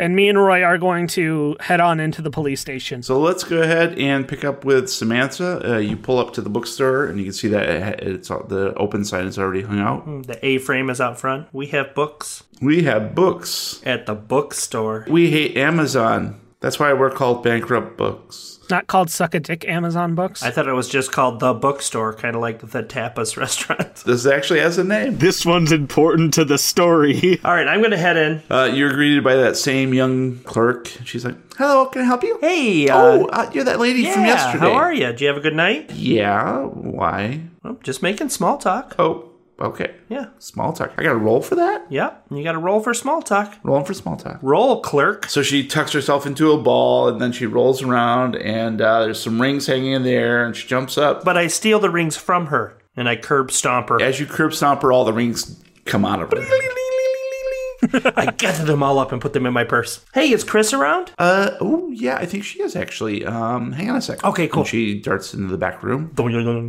Speaker 3: And me and Roy are going to head on into the police station.
Speaker 1: So let's go ahead and pick up with Samantha. Uh, you pull up to the bookstore, and you can see that it- it's the open sign is already hung out.
Speaker 2: The A frame is out front. We have books
Speaker 1: We have books.
Speaker 2: at the bookstore.
Speaker 1: We hate Amazon. That's why we're called bankrupt books.
Speaker 3: It's not called Suck a Dick Amazon Books.
Speaker 2: I thought it was just called the bookstore, kind of like the tapas restaurant.
Speaker 1: This actually has a name.
Speaker 4: this one's important to the story.
Speaker 2: All right, I'm going to head in.
Speaker 1: Uh, you're greeted by that same young clerk. She's like, "Hello, can I help you?"
Speaker 2: Hey, uh,
Speaker 1: oh, uh, you're that lady
Speaker 2: yeah,
Speaker 1: from yesterday.
Speaker 2: how are you? Do you have a good night?
Speaker 1: Yeah. Why?
Speaker 2: Well, just making small talk.
Speaker 1: Oh, okay.
Speaker 2: Yeah.
Speaker 1: Small talk. I got to roll for that.
Speaker 2: Yep. You got to roll for small talk.
Speaker 1: Rolling for small talk.
Speaker 2: Roll, clerk.
Speaker 1: So she tucks herself into a ball and then she rolls around and uh, there's some rings hanging in the air and she jumps up.
Speaker 2: But I steal the rings from her and I curb stomp her.
Speaker 1: As you curb stomp her, all the rings come out of her.
Speaker 2: I gathered them all up and put them in my purse. Hey, is Chris around?
Speaker 1: Uh, oh, yeah, I think she is actually. Um, hang on a second.
Speaker 2: Okay, cool.
Speaker 1: And she darts into the back room.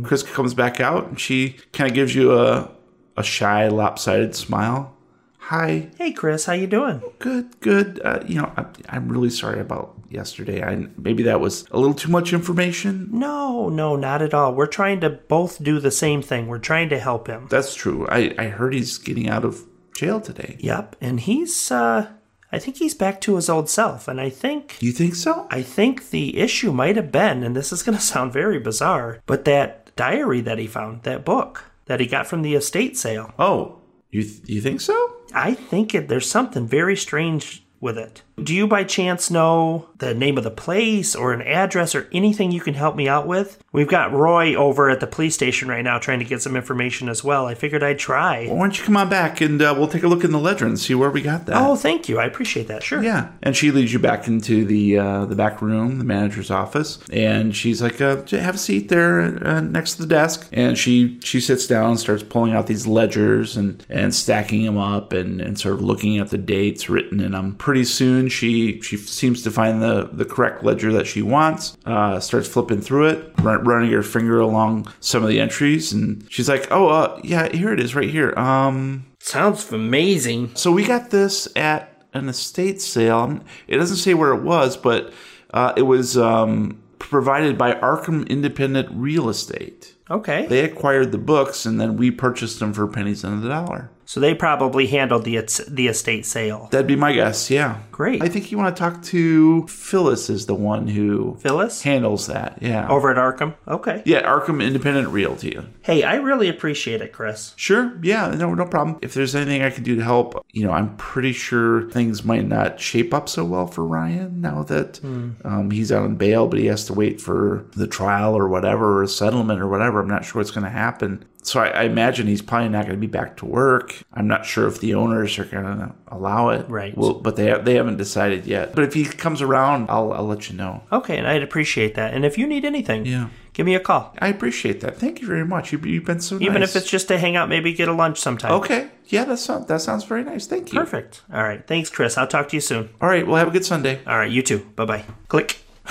Speaker 1: Chris comes back out and she kind of gives you a, a shy, lopsided smile. Hi,
Speaker 2: Hey, Chris, how you doing?
Speaker 1: good, good. Uh, you know, I, I'm really sorry about yesterday. I maybe that was a little too much information.
Speaker 2: No, no, not at all. We're trying to both do the same thing. We're trying to help him.
Speaker 1: That's true. I, I heard he's getting out of jail today.
Speaker 2: Yep, and he's uh I think he's back to his old self and I think
Speaker 1: You think so?
Speaker 2: I think the issue might have been and this is going to sound very bizarre, but that diary that he found, that book that he got from the estate sale.
Speaker 1: Oh, you th- you think so?
Speaker 2: I think it, there's something very strange with it. Do you by chance know the name of the place or an address or anything you can help me out with? We've got Roy over at the police station right now trying to get some information as well. I figured I'd try.
Speaker 1: Why don't you come on back and uh, we'll take a look in the ledger and see where we got that.
Speaker 2: Oh, thank you. I appreciate that. Sure.
Speaker 1: Yeah, and she leads you back into the uh, the back room, the manager's office, and she's like, uh, "J- "Have a seat there uh, next to the desk." And she she sits down and starts pulling out these ledgers and and stacking them up and and sort of looking at the dates written in them. Pretty soon, she she seems to find the the correct ledger that she wants. Uh, starts flipping through it, run, running her finger along some of the entries, and she's like, "Oh, uh, yeah, here it is, right here." Um,
Speaker 2: Sounds amazing.
Speaker 1: so we got this at an estate sale. It doesn't say where it was, but uh, it was um, provided by Arkham Independent Real Estate.
Speaker 2: Okay.
Speaker 1: They acquired the books and then we purchased them for pennies on the dollar.
Speaker 2: so they probably handled the it's, the estate sale.
Speaker 1: That'd be my guess, yeah.
Speaker 2: Great.
Speaker 1: I think you want to talk to Phyllis is the one who
Speaker 2: Phyllis
Speaker 1: handles that. Yeah.
Speaker 2: over at Arkham. Okay.
Speaker 1: Yeah, Arkham Independent Realty.
Speaker 2: Hey, I really appreciate it, Chris.
Speaker 1: Sure. Yeah. No. No problem. If there's anything I can do to help, you know, I'm pretty sure things might not shape up so well for Ryan now that
Speaker 2: Hmm.
Speaker 1: um, he's out on bail, but he has to wait for the trial or whatever, or settlement or whatever. I'm not sure what's going to happen. So I, I imagine he's probably not going to be back to work. I'm not sure if the owners are going to allow it.
Speaker 2: Right.
Speaker 1: Well, but they they haven't decided yet. But if he comes around, I'll I'll let you know.
Speaker 2: Okay, and I'd appreciate that. And if you need anything,
Speaker 1: Yeah.
Speaker 2: give me a call.
Speaker 1: I appreciate that. Thank you very much. You, you've been so
Speaker 2: Even
Speaker 1: nice.
Speaker 2: if it's just to hang out, maybe get a lunch sometime.
Speaker 1: okay. Yeah. That sounds that sounds very nice. Thank you.
Speaker 2: Perfect. All right. Thanks, Chris. I'll talk to you soon.
Speaker 1: All right. Well, have a good Sunday.
Speaker 2: All right. You too. Bye bye. Click.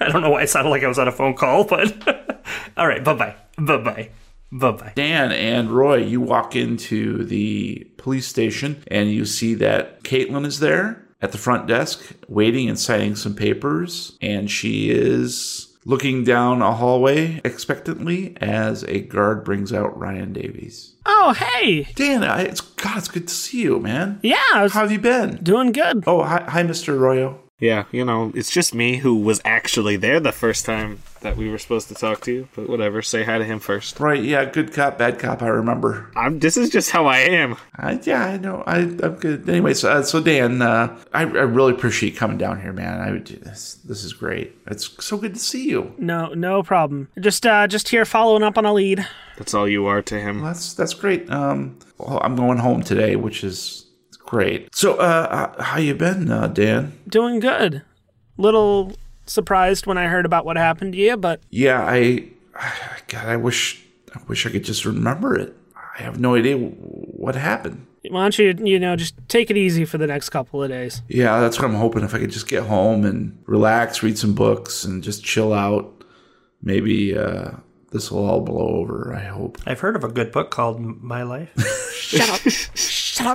Speaker 2: I don't know why it sounded like I was on a phone call, but all right. Bye bye. Bye bye. Bye bye.
Speaker 1: Dan and Roy, you walk into the police station and you see that Caitlin is there at the front desk waiting and signing some papers. And she is looking down a hallway expectantly as a guard brings out Ryan Davies.
Speaker 3: oh, hey.
Speaker 1: Dan, I, it's God, it's good to see you, man.
Speaker 3: Yeah, I was
Speaker 1: How have you been?
Speaker 3: doing good.
Speaker 1: Oh, hi, hi Mr. Royo.
Speaker 4: Yeah, you know, it's just me who was actually there the first time that we were supposed to talk to you, but whatever, say hi to him first.
Speaker 1: Right, yeah, good cop, bad cop, I remember.
Speaker 4: I'm this is just how I am.
Speaker 1: I, yeah, I know. I, I'm good. Anyway, so, uh, so Dan, uh, I, I really appreciate you coming down here, man. I would do this. This is great. It's so good to see you.
Speaker 3: No, no problem. Just, uh, just here following up on a lead.
Speaker 4: That's all you are to him.
Speaker 1: Well, that's that's great. Um, well, I'm going home today, which is great. So, uh, h- how you been, uh, Dan?
Speaker 3: Doing good. Little surprised when I heard about what happened to you, but
Speaker 1: Yeah, I, God, I wish, I wish I could just remember it. I have no idea what happened.
Speaker 3: why don't you, you know, just take it easy for the next couple of days?
Speaker 1: Yeah, that's what I'm hoping. If I could just get home and relax, read some books, and just chill out. Maybe uh, This will all blow over, I hope.
Speaker 2: I've heard of a good book called M- My Life.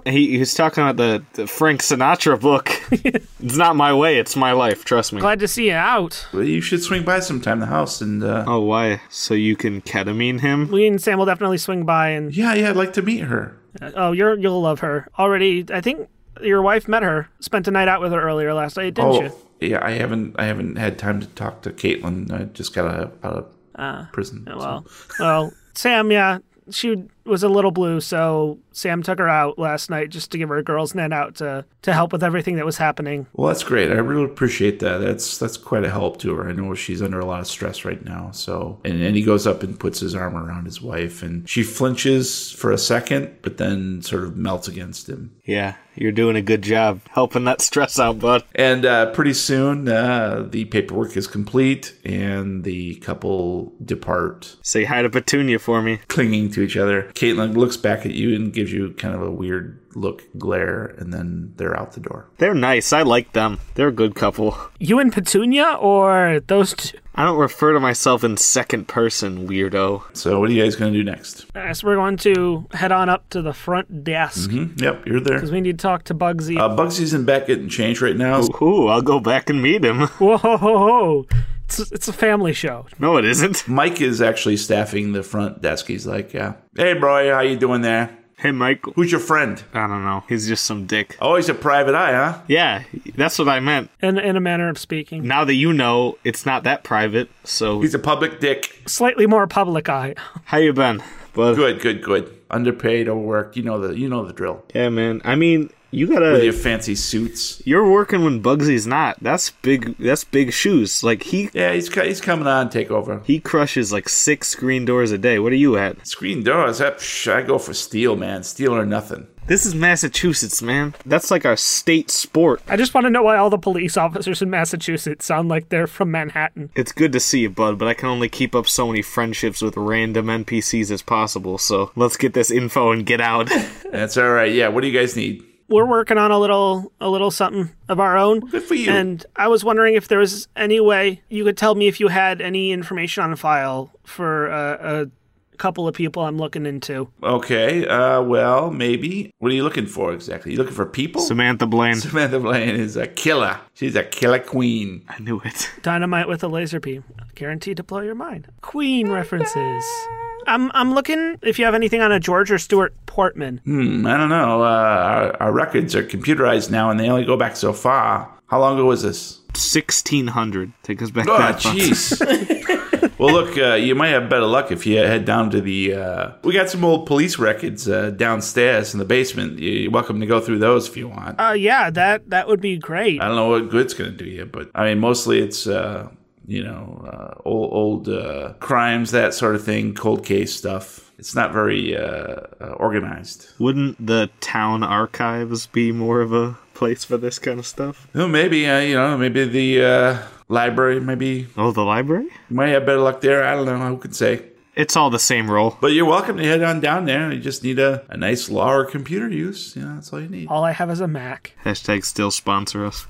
Speaker 4: He, he was talking about the, the Frank Sinatra book. it's not my way, it's my life, trust me.
Speaker 3: Glad to see you out.
Speaker 1: Well, you should swing by sometime the house and uh,
Speaker 4: Oh, why? So you can ketamine him?
Speaker 3: We and Sam will definitely swing by, and
Speaker 1: yeah, yeah, I'd like to meet her.
Speaker 3: oh, you're you'll love her already. I think your wife met her, spent a night out with her earlier last night, didn't
Speaker 1: Oh,
Speaker 3: you?
Speaker 1: yeah, I haven't I haven't had time to talk to Caitlin. I just got out of, out of
Speaker 3: Ah.
Speaker 1: prison. so-
Speaker 3: Well, well, Sam, yeah, she was a little blue, so Sam took her out last night just to give her a girls' night out to to help with everything that was happening.
Speaker 1: Well, that's great. I really appreciate that. That's that's quite a help to her. I know she's under a lot of stress right now. So, and and he goes up and puts his arm around his wife, and she flinches for a second, but then sort of melts against him.
Speaker 4: Yeah, you're doing a good job helping that stress out, bud.
Speaker 1: And uh, pretty soon, uh, the paperwork is complete, and the couple depart,
Speaker 4: Say hi to Petunia for me.
Speaker 1: clinging to each other. Caitlin looks back at you and gives you kind of a weird look, glare, and then they're out the door.
Speaker 4: They're nice. I like them. They're a good couple.
Speaker 3: You and Petunia, or those two?
Speaker 4: I don't refer to myself in second person, weirdo.
Speaker 1: So, what are you guys going to do next?
Speaker 3: Uh, so we're going to head on up to the front desk because
Speaker 1: Hmm? Yep, you're there.
Speaker 3: we need to talk to Bugsy.
Speaker 1: Uh, Bugsy's in back getting changed right now.
Speaker 4: Ooh, I'll go back and meet him.
Speaker 3: Whoa, ho, ho, ho. It's, it's a family show.
Speaker 4: No, it isn't.
Speaker 1: Mike is actually staffing the front desk. He's like, uh, "Hey, bro, how you doing there?
Speaker 4: Hey, Michael.
Speaker 1: Who's your friend?
Speaker 4: I don't know. He's just some dick.
Speaker 1: Oh, he's a private eye, huh?
Speaker 4: Yeah, that's what I meant.
Speaker 3: In, in a manner of speaking,
Speaker 4: Now that you know, it's not that private. So,
Speaker 1: He's a public dick.
Speaker 3: slightly more public eye.
Speaker 4: how you been? But
Speaker 1: Good, good, good. Underpaid, overworked. You know the, you know the drill.
Speaker 4: yeah, man. I mean, you
Speaker 1: With your
Speaker 4: gotta.
Speaker 1: fancy suits.
Speaker 4: You're working when Bugsy's not. That's big. That's big shoes. Like he
Speaker 1: Yeah, he's co- he's coming on take over.
Speaker 4: he crushes like six screen doors a day. What are you at?
Speaker 1: Screen doors. That, psh, I go for steel, man. Steel or nothing.
Speaker 4: This is Massachusetts, man. That's like our state sport.
Speaker 3: I just want to know why all the police officers in Massachusetts sound like they're from Manhattan.
Speaker 4: It's good to see you, bud, but I can only keep up so many friendships with random NPCs as possible. So let's get this info and get out.
Speaker 1: That's all right. Yeah. What do you guys need?
Speaker 3: We're working on a little a little something of our own. Good
Speaker 1: for you.
Speaker 3: And I was wondering if there was any way you could tell me if you had any information on file for uh, a couple of people I'm looking into.
Speaker 1: Okay. Uh, well, maybe. What are you looking for exactly? You looking for people?
Speaker 4: Samantha Blaine.
Speaker 1: Samantha Blaine is a killer. She's a killer queen.
Speaker 4: I knew it.
Speaker 3: Dynamite with a laser beam, guaranteed to blow your mind. Queen references. I'm I'm looking if you have anything on a George or Stuart Portman.
Speaker 1: Hmm, I don't know. Uh, our, our records are computerized now, and they only go back so far. How long ago was this?
Speaker 4: 1600. Take us back
Speaker 1: Oh,
Speaker 4: that far.
Speaker 1: jeez. well, look, uh, you might have better luck if you head down to the. Uh, we got some old police records uh, downstairs in the basement. You- You're welcome to go through those if you want.
Speaker 3: Uh, yeah, that that would be great.
Speaker 1: I don't know what good's going to do you, but I mean, mostly it's. Uh, you know, uh, old, old uh, crimes, that sort of thing, cold case stuff. It's not very uh, uh, organized.
Speaker 4: Wouldn't the town archives be more of a place for this kind of stuff?
Speaker 1: Oh, maybe uh, you know, maybe the uh, library. Maybe
Speaker 4: Oh, the library?
Speaker 1: you might have better luck there. I don't know. Who can say?
Speaker 4: It's all the same role.
Speaker 1: But you're welcome to head on down there. You just need a, a nice law or computer use. You know, that's all you need.
Speaker 3: All I have is a Mac.
Speaker 4: Hashtag still sponsor us.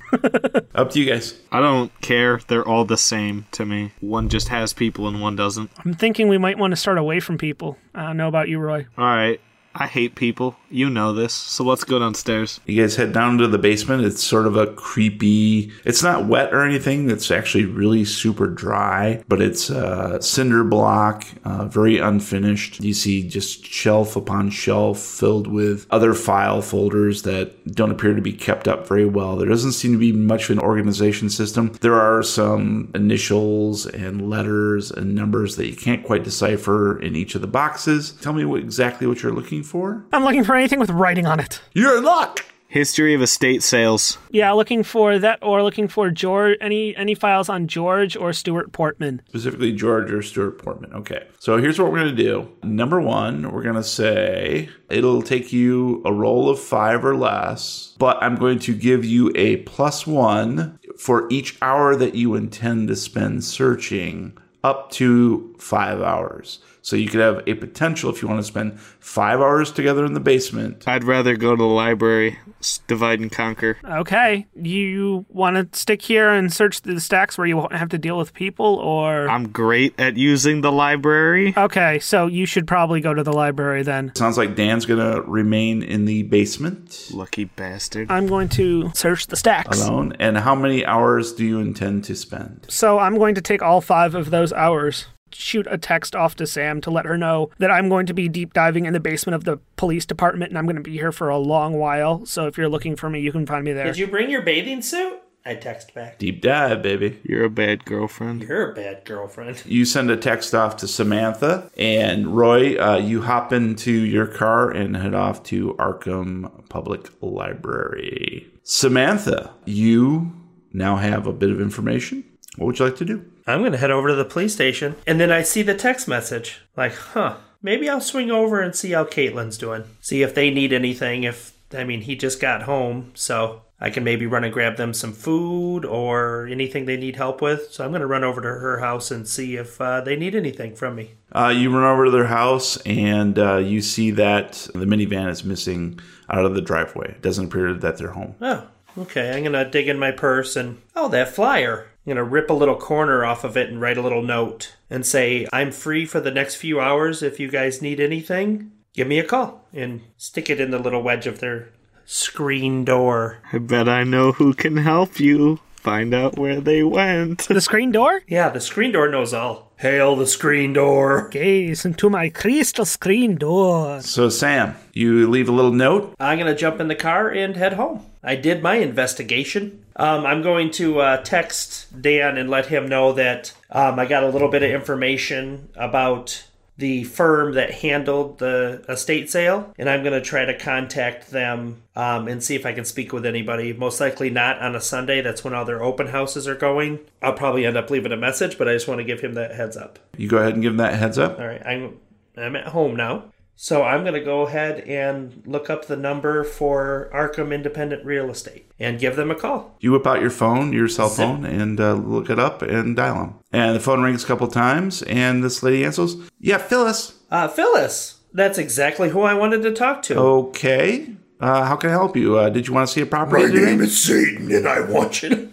Speaker 1: Up to you guys.
Speaker 4: I don't care. They're all the same to me. One just has people and one doesn't.
Speaker 3: I'm thinking we might want to start away from people. I don't know about you, Roy.
Speaker 4: All right. I hate people. You know this. So let's go downstairs.
Speaker 1: You guys head down to the basement. It's sort of a creepy. It's not wet or anything. It's actually really super dry, but it's uh, cinder block, uh, very unfinished. You see just shelf upon shelf filled with other file folders that don't appear to be kept up very well. There doesn't seem to be much of an organization system. There are some initials and letters and numbers that you can't quite decipher in each of the boxes. Tell me what, exactly what you're looking for.
Speaker 3: I'm looking for anything with writing on it.
Speaker 1: You're in luck.
Speaker 4: History of estate sales.
Speaker 3: Yeah, looking for that or looking for George any any files on George or Stuart Portman.
Speaker 1: specifically George or Stuart Portman. Okay. So here's what we're going to do. Number one, we're going to say it'll take you a roll of five or less, but I'm going to give you a plus one for each hour that you intend to spend searching up to five hours. So you could have a potential if you want to spend five hours together in the basement.
Speaker 4: I'd rather go to the library, s- divide and conquer.
Speaker 3: Okay. You want to stick here and search through the stacks where you won't have to deal with people,
Speaker 2: Uh.
Speaker 3: or.
Speaker 4: I'm great at using the library.
Speaker 3: Okay, so you should probably go to the library then.
Speaker 1: Sounds like Dan's gonna remain in the basement
Speaker 4: Lucky bastard.
Speaker 3: I'm going to search the stacks.
Speaker 1: alone. And how many hours do you intend to spend?
Speaker 3: So I'm going to take all five of those hours, shoot a text off to Sam to let her know that I'm going to be deep diving in the basement of the police department and I'm going to be here for a long while. So if you're looking for me, you can find me there.
Speaker 2: Did you bring your bathing suit? I text back.
Speaker 1: Deep dive, baby.
Speaker 4: You're a bad girlfriend.
Speaker 2: You're a bad girlfriend.
Speaker 1: You send a text off to Samantha and Roy. Uh, you hop into your car and head off to Arkham Public Library. Samantha, you now have a bit of information. What would you like to do?
Speaker 2: I'm going to head over to the police station. And then I see the text message. Like, huh, maybe I'll swing over and see how Caitlin's doing. See if they need anything. If, I mean, he just got home, so I can maybe run and grab them some food or anything they need help with. So I'm going to run over to her house and see if uh, they need anything from me.
Speaker 1: Uh, you run over to their house and uh, you see that the minivan is missing out of the driveway. It doesn't appear that they're home.
Speaker 2: Oh, okay. I'm gonna dig in my purse and oh, that flyer. I'm gonna rip a little corner off of it and write a little note and say I'm free for the next few hours. If you guys need anything, give me a call and stick it in the little wedge of their screen door.
Speaker 4: I bet I know who can help you find out where they went.
Speaker 3: the screen door?
Speaker 2: Yeah, the screen door knows all. Hail the screen door.
Speaker 3: Gaze into my crystal screen door.
Speaker 1: So, Sam, you leave a little note.
Speaker 2: I'm gonna jump in the car and head home. I did my investigation. Um, I'm going to uh, text Dan and let him know that um, I got a little bit of information about the firm that handled the estate sale, and I'm gonna try to contact them um, and see if I can speak with anybody. Most likely not on a Sunday. That's when all their open houses are going. I'll probably end up leaving a message, but I just want to give him that heads up.
Speaker 1: You go ahead and give them that heads up.
Speaker 2: All right, I'm I'm at home now. So I'm going to go ahead and look up the number for Arkham Independent Real Estate and give them a call.
Speaker 1: You whip out your phone, your cell phone, and uh, look it up and dial them. And the phone rings a couple times, and this lady answers. Yeah, Phyllis.
Speaker 2: Uh, Phyllis, that's exactly who I wanted to talk to.
Speaker 1: Oh, Okay. Uh, how can I help you? Uh, did you want to see a property?
Speaker 5: My
Speaker 1: today?
Speaker 5: name is Satan, and I want you.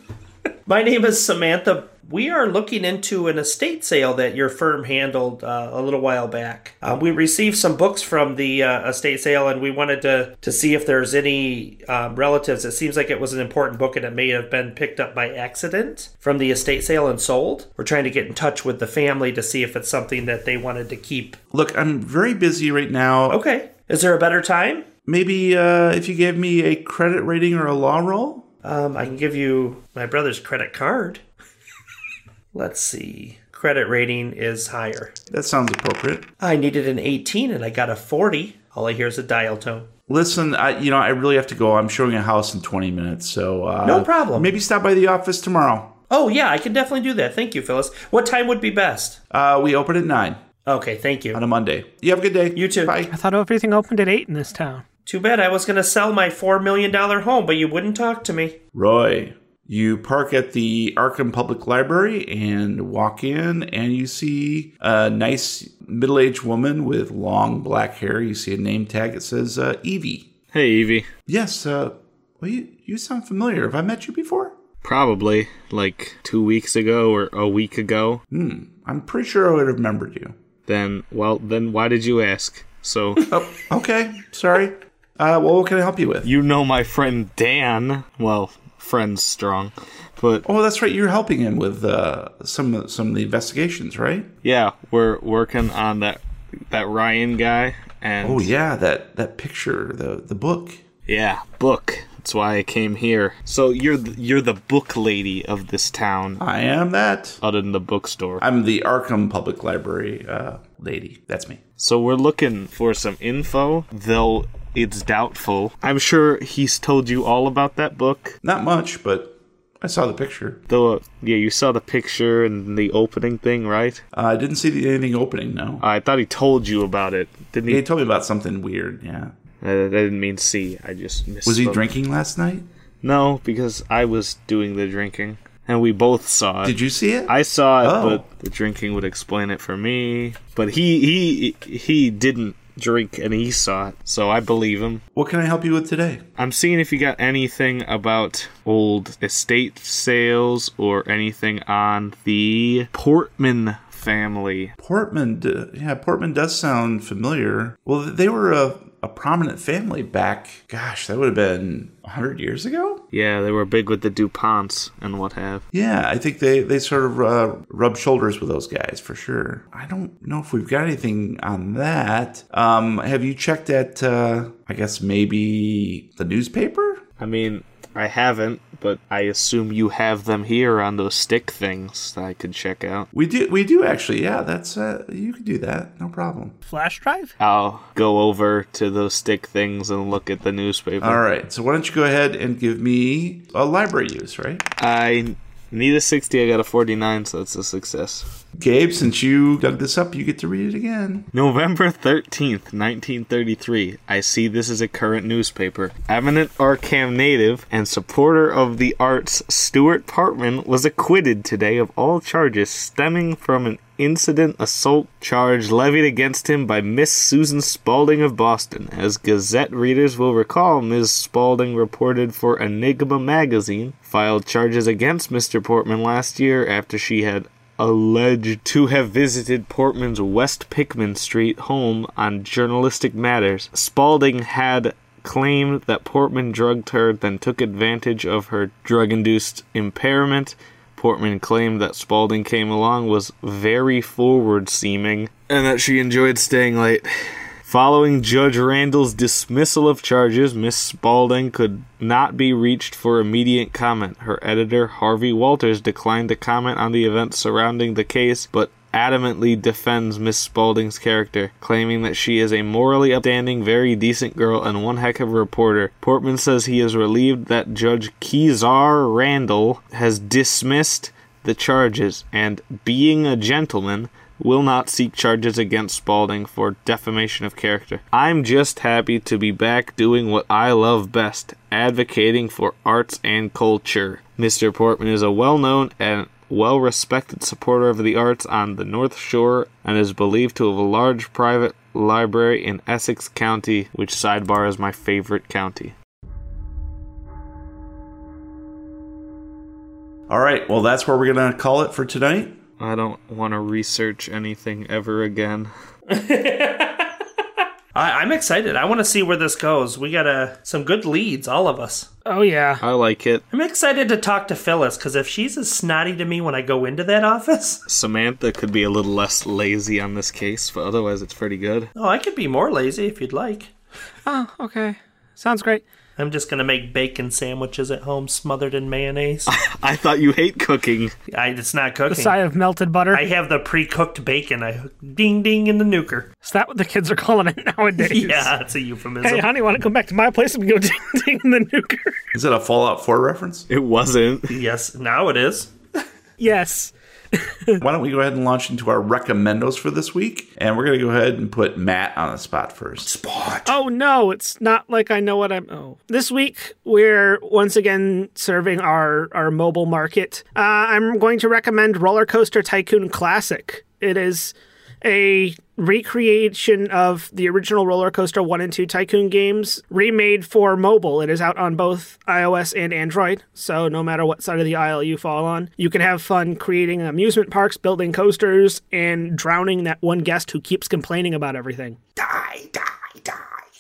Speaker 2: My name is Samantha. We are looking into an estate sale that your firm handled uh, a little while back. Um, we received some books from the uh, estate sale, and we wanted to to see if there's any um, relatives. It seems like it was an important book, and it may have been picked up by accident from the estate sale and sold. We're trying to get in touch with the family to see if it's something that they wanted to keep.
Speaker 1: Look, I'm very busy right now. "Oh,
Speaker 2: Okay, is there a better time?
Speaker 1: Maybe uh, if you gave me a credit rating or a law roll.
Speaker 2: Um, I can give you my brother's credit card. Let's see. Credit rating is higher.
Speaker 1: That sounds appropriate.
Speaker 2: I needed an 18 and I got a 40. All I hear is a dial tone.
Speaker 1: Listen, I, you know, I really have to go. I'm showing a house in 20 minutes, so uh,
Speaker 2: No problem.
Speaker 1: Maybe stop by the office tomorrow.
Speaker 2: Oh, yeah, I can definitely do that. Thank you, Phyllis. What time would be best?
Speaker 1: Uh, we open at nine
Speaker 2: Okay, thank you.
Speaker 1: on a Monday. You have a good day.
Speaker 2: You too.
Speaker 1: Bye.
Speaker 3: I thought everything opened at 8 in this town.
Speaker 2: Too bad I was going to sell my $4 million home, but you wouldn't talk to me.
Speaker 1: Roy, you park at the Arkham Public Library and walk in, and you see a nice middle-aged woman with long black hair. You see a name tag that says uh, Evie.
Speaker 4: Hey, Evie.
Speaker 1: Yes. Uh, well, you, you sound familiar. Have I met you before?
Speaker 4: Probably like two weeks ago or a week ago.
Speaker 1: I'm pretty sure I would have remembered you.
Speaker 4: Then, well, then why did you ask? So,
Speaker 1: Oh, okay. Sorry. Uh, well, what can I help you with?
Speaker 4: you know my friend Dan. Well, friend's strong. But
Speaker 1: Oh, that's right. You're helping him with uh, some some of the investigations, right?
Speaker 4: yeah, we're working on that that Ryan guy and
Speaker 1: Oh yeah, that that picture, the the book.
Speaker 4: yeah, book. That's why I came here. So you're th- you're the book lady of this town
Speaker 1: I am that.
Speaker 4: other than the bookstore.
Speaker 1: I'm the Arkham Public Library uh, lady. That's me.
Speaker 4: So we're looking for some info, though it's doubtful. I'm sure he's told you all about that book.
Speaker 1: Not much, but I saw the picture.
Speaker 4: Though, yeah, you saw the picture and the opening thing, right?
Speaker 1: Uh, I didn't see the- anything opening. No,
Speaker 4: I thought he told you about it, didn't he?
Speaker 1: he told me about something weird. Yeah,
Speaker 4: I, I didn't mean see. I just missed.
Speaker 1: was he drinking last night?
Speaker 4: No, because I was doing the drinking. and we both saw it.
Speaker 1: Did you see it?
Speaker 4: I saw it,
Speaker 1: Oh.
Speaker 4: but the drinking would explain it for me. But he he he didn't drink, and he saw it, so I believe him.
Speaker 1: what can I help you with today?
Speaker 4: I'm seeing if you got anything about old estate sales or anything on the Portman family.
Speaker 1: Portman, d- yeah, Portman does sound familiar. Well, they were a, a prominent family back, gosh, that would have been 100 years ago?
Speaker 4: Yeah, they were big with the Duponts and what have.
Speaker 1: Yeah, I think they, they sort of uh, rub shoulders with those guys for sure. I don't know if we've got anything on that. Um, have you checked at, uh, I guess, maybe the newspaper?
Speaker 4: I mean, I haven't, but I assume you have them here on those stick things that I could check out.
Speaker 1: We do, we do actually. Yeah, that's uh, you can do that, no problem.
Speaker 3: Flash drive?
Speaker 4: I'll go over to those stick things and look at the newspaper.
Speaker 1: All right, so why don't you go ahead and give me a library use, right?
Speaker 4: I need a 60, I got a 49, so that's a success.
Speaker 1: Gabe, since you dug this up, you get to read it again.
Speaker 4: November 13th, 1933. I see this is a current newspaper. Eminent Arkham native and supporter of the arts Stuart Partman was acquitted today of all charges stemming from an incident assault charge levied against him by Miss Susan Spaulding of Boston. As Gazette readers will recall, Ms. Spaulding reported for Enigma magazine filed charges against Mr. Portman last year after she had alleged to have visited Portman's West Pickman Street home on journalistic matters. Spalding had claimed that Portman drugged her, then took advantage of her drug induced impairment. Portman claimed that Spalding came along was very forward seeming and that she enjoyed staying late. Following Judge Randall's dismissal of charges, Miss Spaulding could not be reached for immediate comment. Her editor, Harvey Walters, declined to comment on the events surrounding the case, but adamantly defends Miss Spaulding's character, claiming that she is a morally upstanding, very decent girl and one heck of a reporter. Portman says he is relieved that Judge Kezar Randall has dismissed the charges and being a gentleman will not seek charges against Spalding for defamation of character. I'm just happy to be back doing what I love best, advocating for arts and culture. Mr. Portman is a well-known and well-respected supporter of the arts on the North Shore and is believed to have a large private library in Essex County, which sidebar is my favorite county.
Speaker 1: All right, well, that's where we're going to call it for tonight.
Speaker 4: I don't want to research anything ever again.
Speaker 2: I, I'm excited. I want to see where this goes. We got uh some good leads, all of us.
Speaker 3: Oh, yeah.
Speaker 4: I like it.
Speaker 2: I'm excited to talk to Phyllis because if she's as snotty to me when I go into that office,
Speaker 4: Samantha could be a little less lazy on this case, but otherwise it's pretty good.
Speaker 2: oh, I could be more lazy if you'd like.
Speaker 8: Oh, okay. Sounds great.
Speaker 2: I'm just gonna make bacon sandwiches at home, smothered in mayonnaise.
Speaker 4: I thought you hate cooking.
Speaker 2: I, it's not
Speaker 3: The
Speaker 2: cooking.
Speaker 3: side of melted butter.
Speaker 2: I have the pre-cooked bacon. I hook ding ding in the nuker.
Speaker 3: Is that what the kids are calling it nowadays?
Speaker 2: Yeah, it's a euphemism.
Speaker 3: Hey, honey, want to come back to my place and go ding ding in the nuker?
Speaker 1: Is that a Fallout 4 reference?
Speaker 4: It wasn't.
Speaker 2: Yes, now it is.
Speaker 3: yes.
Speaker 1: Why don't we go ahead and launch into our recommendos for this week? And we're going to go ahead and put Matt on the spot first.
Speaker 3: Oh no, it's not like I know what I'm. Oh, this week we're once again serving our our mobile market. Uh, I'm going to recommend Roller Coaster Tycoon Classic. It is a recreation of the original Roller Coaster One and Two Tycoon games, remade for mobile. It is out on both iOS and Android, so no matter what side of the aisle you fall on, you can have fun creating amusement parks, building coasters, and drowning that one guest who keeps complaining about everything.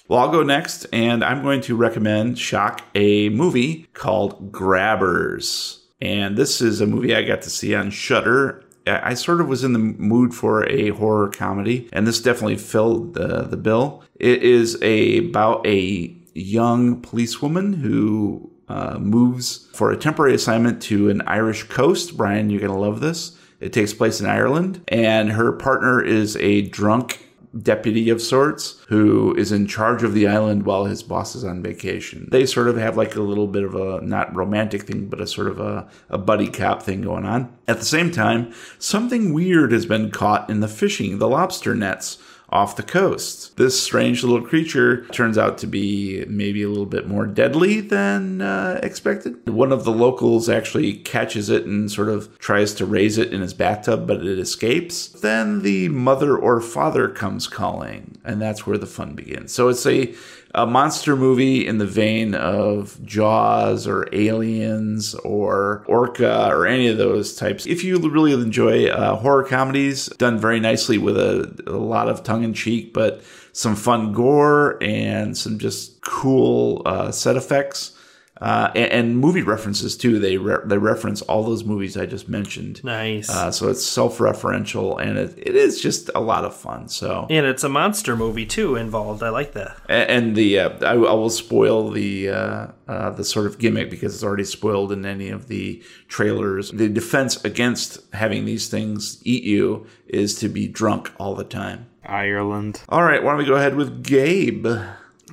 Speaker 1: Well, I'll go next, and I'm going to recommend Shock a movie called Grabbers. And this is a movie I got to see on Shudder. I I sort of was in the mood for a horror comedy, and this definitely filled the, the bill. It is a, about a young policewoman who uh, moves for a temporary assignment to an Irish coast. Brian, you're going to love this. It takes place in Ireland, and her partner is a drunk deputy of sorts who is in charge of the island while his boss is on vacation. They sort of have like a little bit of a not romantic thing, but a sort of a, a buddy cop thing going on. At the same time, something weird has been caught in the fishing, the lobster nets off the coast. This strange little creature turns out to be maybe a little bit more deadly than uh, expected. One of the locals actually catches it and sort of tries to raise it in his bathtub, but it escapes. Then the mother or father comes calling, and that's where the fun begins. So it's a a monster movie in the vein of Jaws or Aliens or Orca or any of those types. If you really enjoy uh, horror comedies, done very nicely with a, a lot of tongue in cheek, but some fun gore and some just cool uh, set effects. Uh, and, and movie references too. They re- they reference all those movies I just mentioned.
Speaker 2: Nice.
Speaker 1: Uh, so it's self referential and it, it is just a lot of fun. So
Speaker 2: and it's a monster movie too involved. I like that.
Speaker 1: a- and the uh, I, I will spoil the uh, uh, the sort of gimmick because it's already spoiled in any of the trailers. The defense against having these things eat you is to be drunk all the time.
Speaker 4: Ireland.
Speaker 1: All right, why don't we go ahead with Gabe?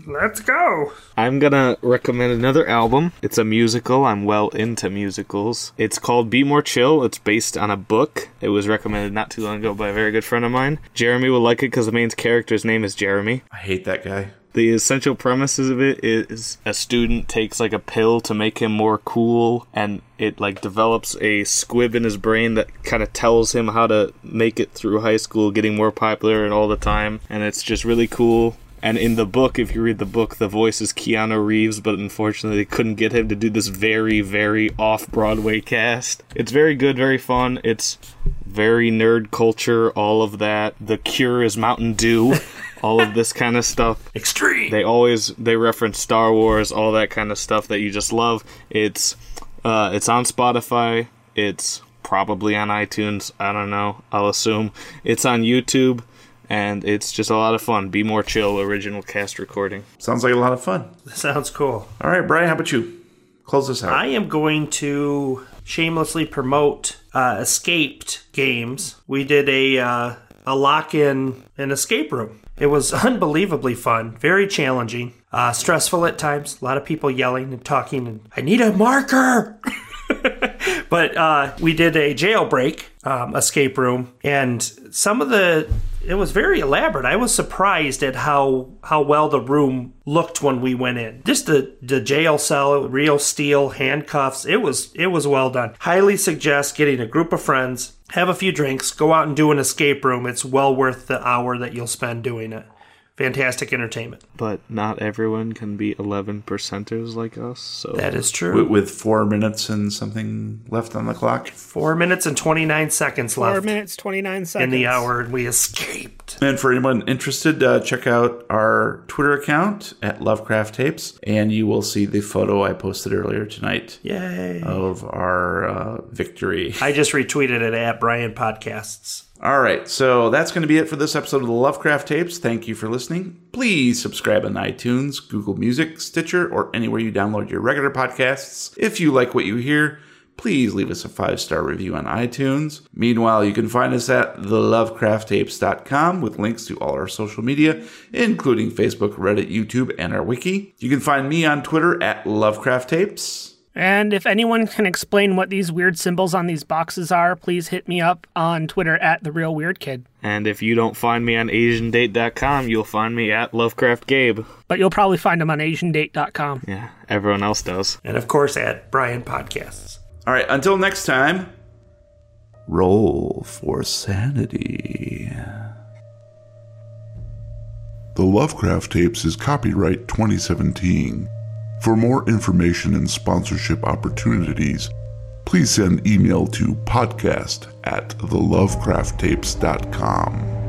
Speaker 2: Let's go.
Speaker 4: I'm gonna recommend another album. It's a musical. I'm well into musicals. It's called Be More Chill. It's based on a book. It was recommended not too long ago by a very good friend of mine. Jeremy will like it because the main character's name is Jeremy.
Speaker 1: I hate that guy.
Speaker 4: The essential premises of it is a student takes like a pill to make him more cool, and it like develops a squib in his brain that kind of tells him how to make it through high school, getting more popular and all the time. And it's just really cool. And in the book, if you read the book, the voice is Keanu Reeves, but unfortunately, they couldn't get him to do this very, very off Broadway cast. It's very good, very fun. It's very nerd culture, all of that. The cure is Mountain Dew, all of this kind of stuff
Speaker 2: Extreme.
Speaker 4: they always they reference Star Wars, all that kind of stuff that you just love. It's uh, it's on Spotify. It's probably on iTunes. I don't know. I'll assume it's on YouTube, and it's just a lot of fun. Be more chill. Original cast recording.
Speaker 1: Sounds like a lot of fun.
Speaker 2: Sounds cool.
Speaker 1: All right, Brian, how about you? Close this out.
Speaker 2: I am going to shamelessly promote uh, escaped games. We did a uh, a lock in an escape room. It was unbelievably fun, very challenging, uh, stressful at times. A lot of people yelling and talking, and I need a marker. but uh, we did a jailbreak um, escape room, and some of the it was very elaborate. I was surprised at how how well the room looked when we went in. Just the the jail cell, real steel handcuffs. It was it was well done. Highly suggest getting a group of friends, have a few drinks, go out and do an escape room. It's well worth the hour that you'll spend doing it. Fantastic entertainment.
Speaker 4: But not everyone can be eleven percenters like us. So
Speaker 2: That is true.
Speaker 1: With- With four minutes and something left on the clock.
Speaker 2: Four minutes and twenty nine seconds
Speaker 8: Four
Speaker 2: left
Speaker 8: minutes, 29 seconds.
Speaker 2: in the hour, and we escaped.
Speaker 1: And for anyone interested, uh, check out our Twitter account at Lovecraft Tapes, and you will see the photo I posted earlier tonight
Speaker 2: Yay.
Speaker 1: of our uh, victory.
Speaker 2: I just retweeted it at Brian Podcasts.
Speaker 1: All right, so that's going to be it for this episode of the Lovecraft Tapes. Thank you for listening. Please subscribe on iTunes, Google Music, Stitcher, or anywhere you download your regular podcasts. If you like what you hear, please leave us a five star review on iTunes. Meanwhile, you can find us at thelovecrafttapes.com with links to all our social media, including Facebook, Reddit, YouTube, and our wiki. You can find me on Twitter at Lovecraft Tapes.
Speaker 3: And if anyone can explain what these weird symbols on these boxes are, please hit me up on Twitter at the real weird kid.
Speaker 4: and if you don't find me on AsianDate.com, you'll find me at Lovecraft Gabe.
Speaker 3: But you'll probably find them on AsianDate.com.
Speaker 4: Yeah, everyone else does.
Speaker 2: And of course, at Brian Podcasts.
Speaker 1: All right, until next time, roll for sanity.
Speaker 5: The Lovecraft Tapes is copyright 2017. For more information and sponsorship opportunities, please send email to podcast at thelovecrafttapes.com.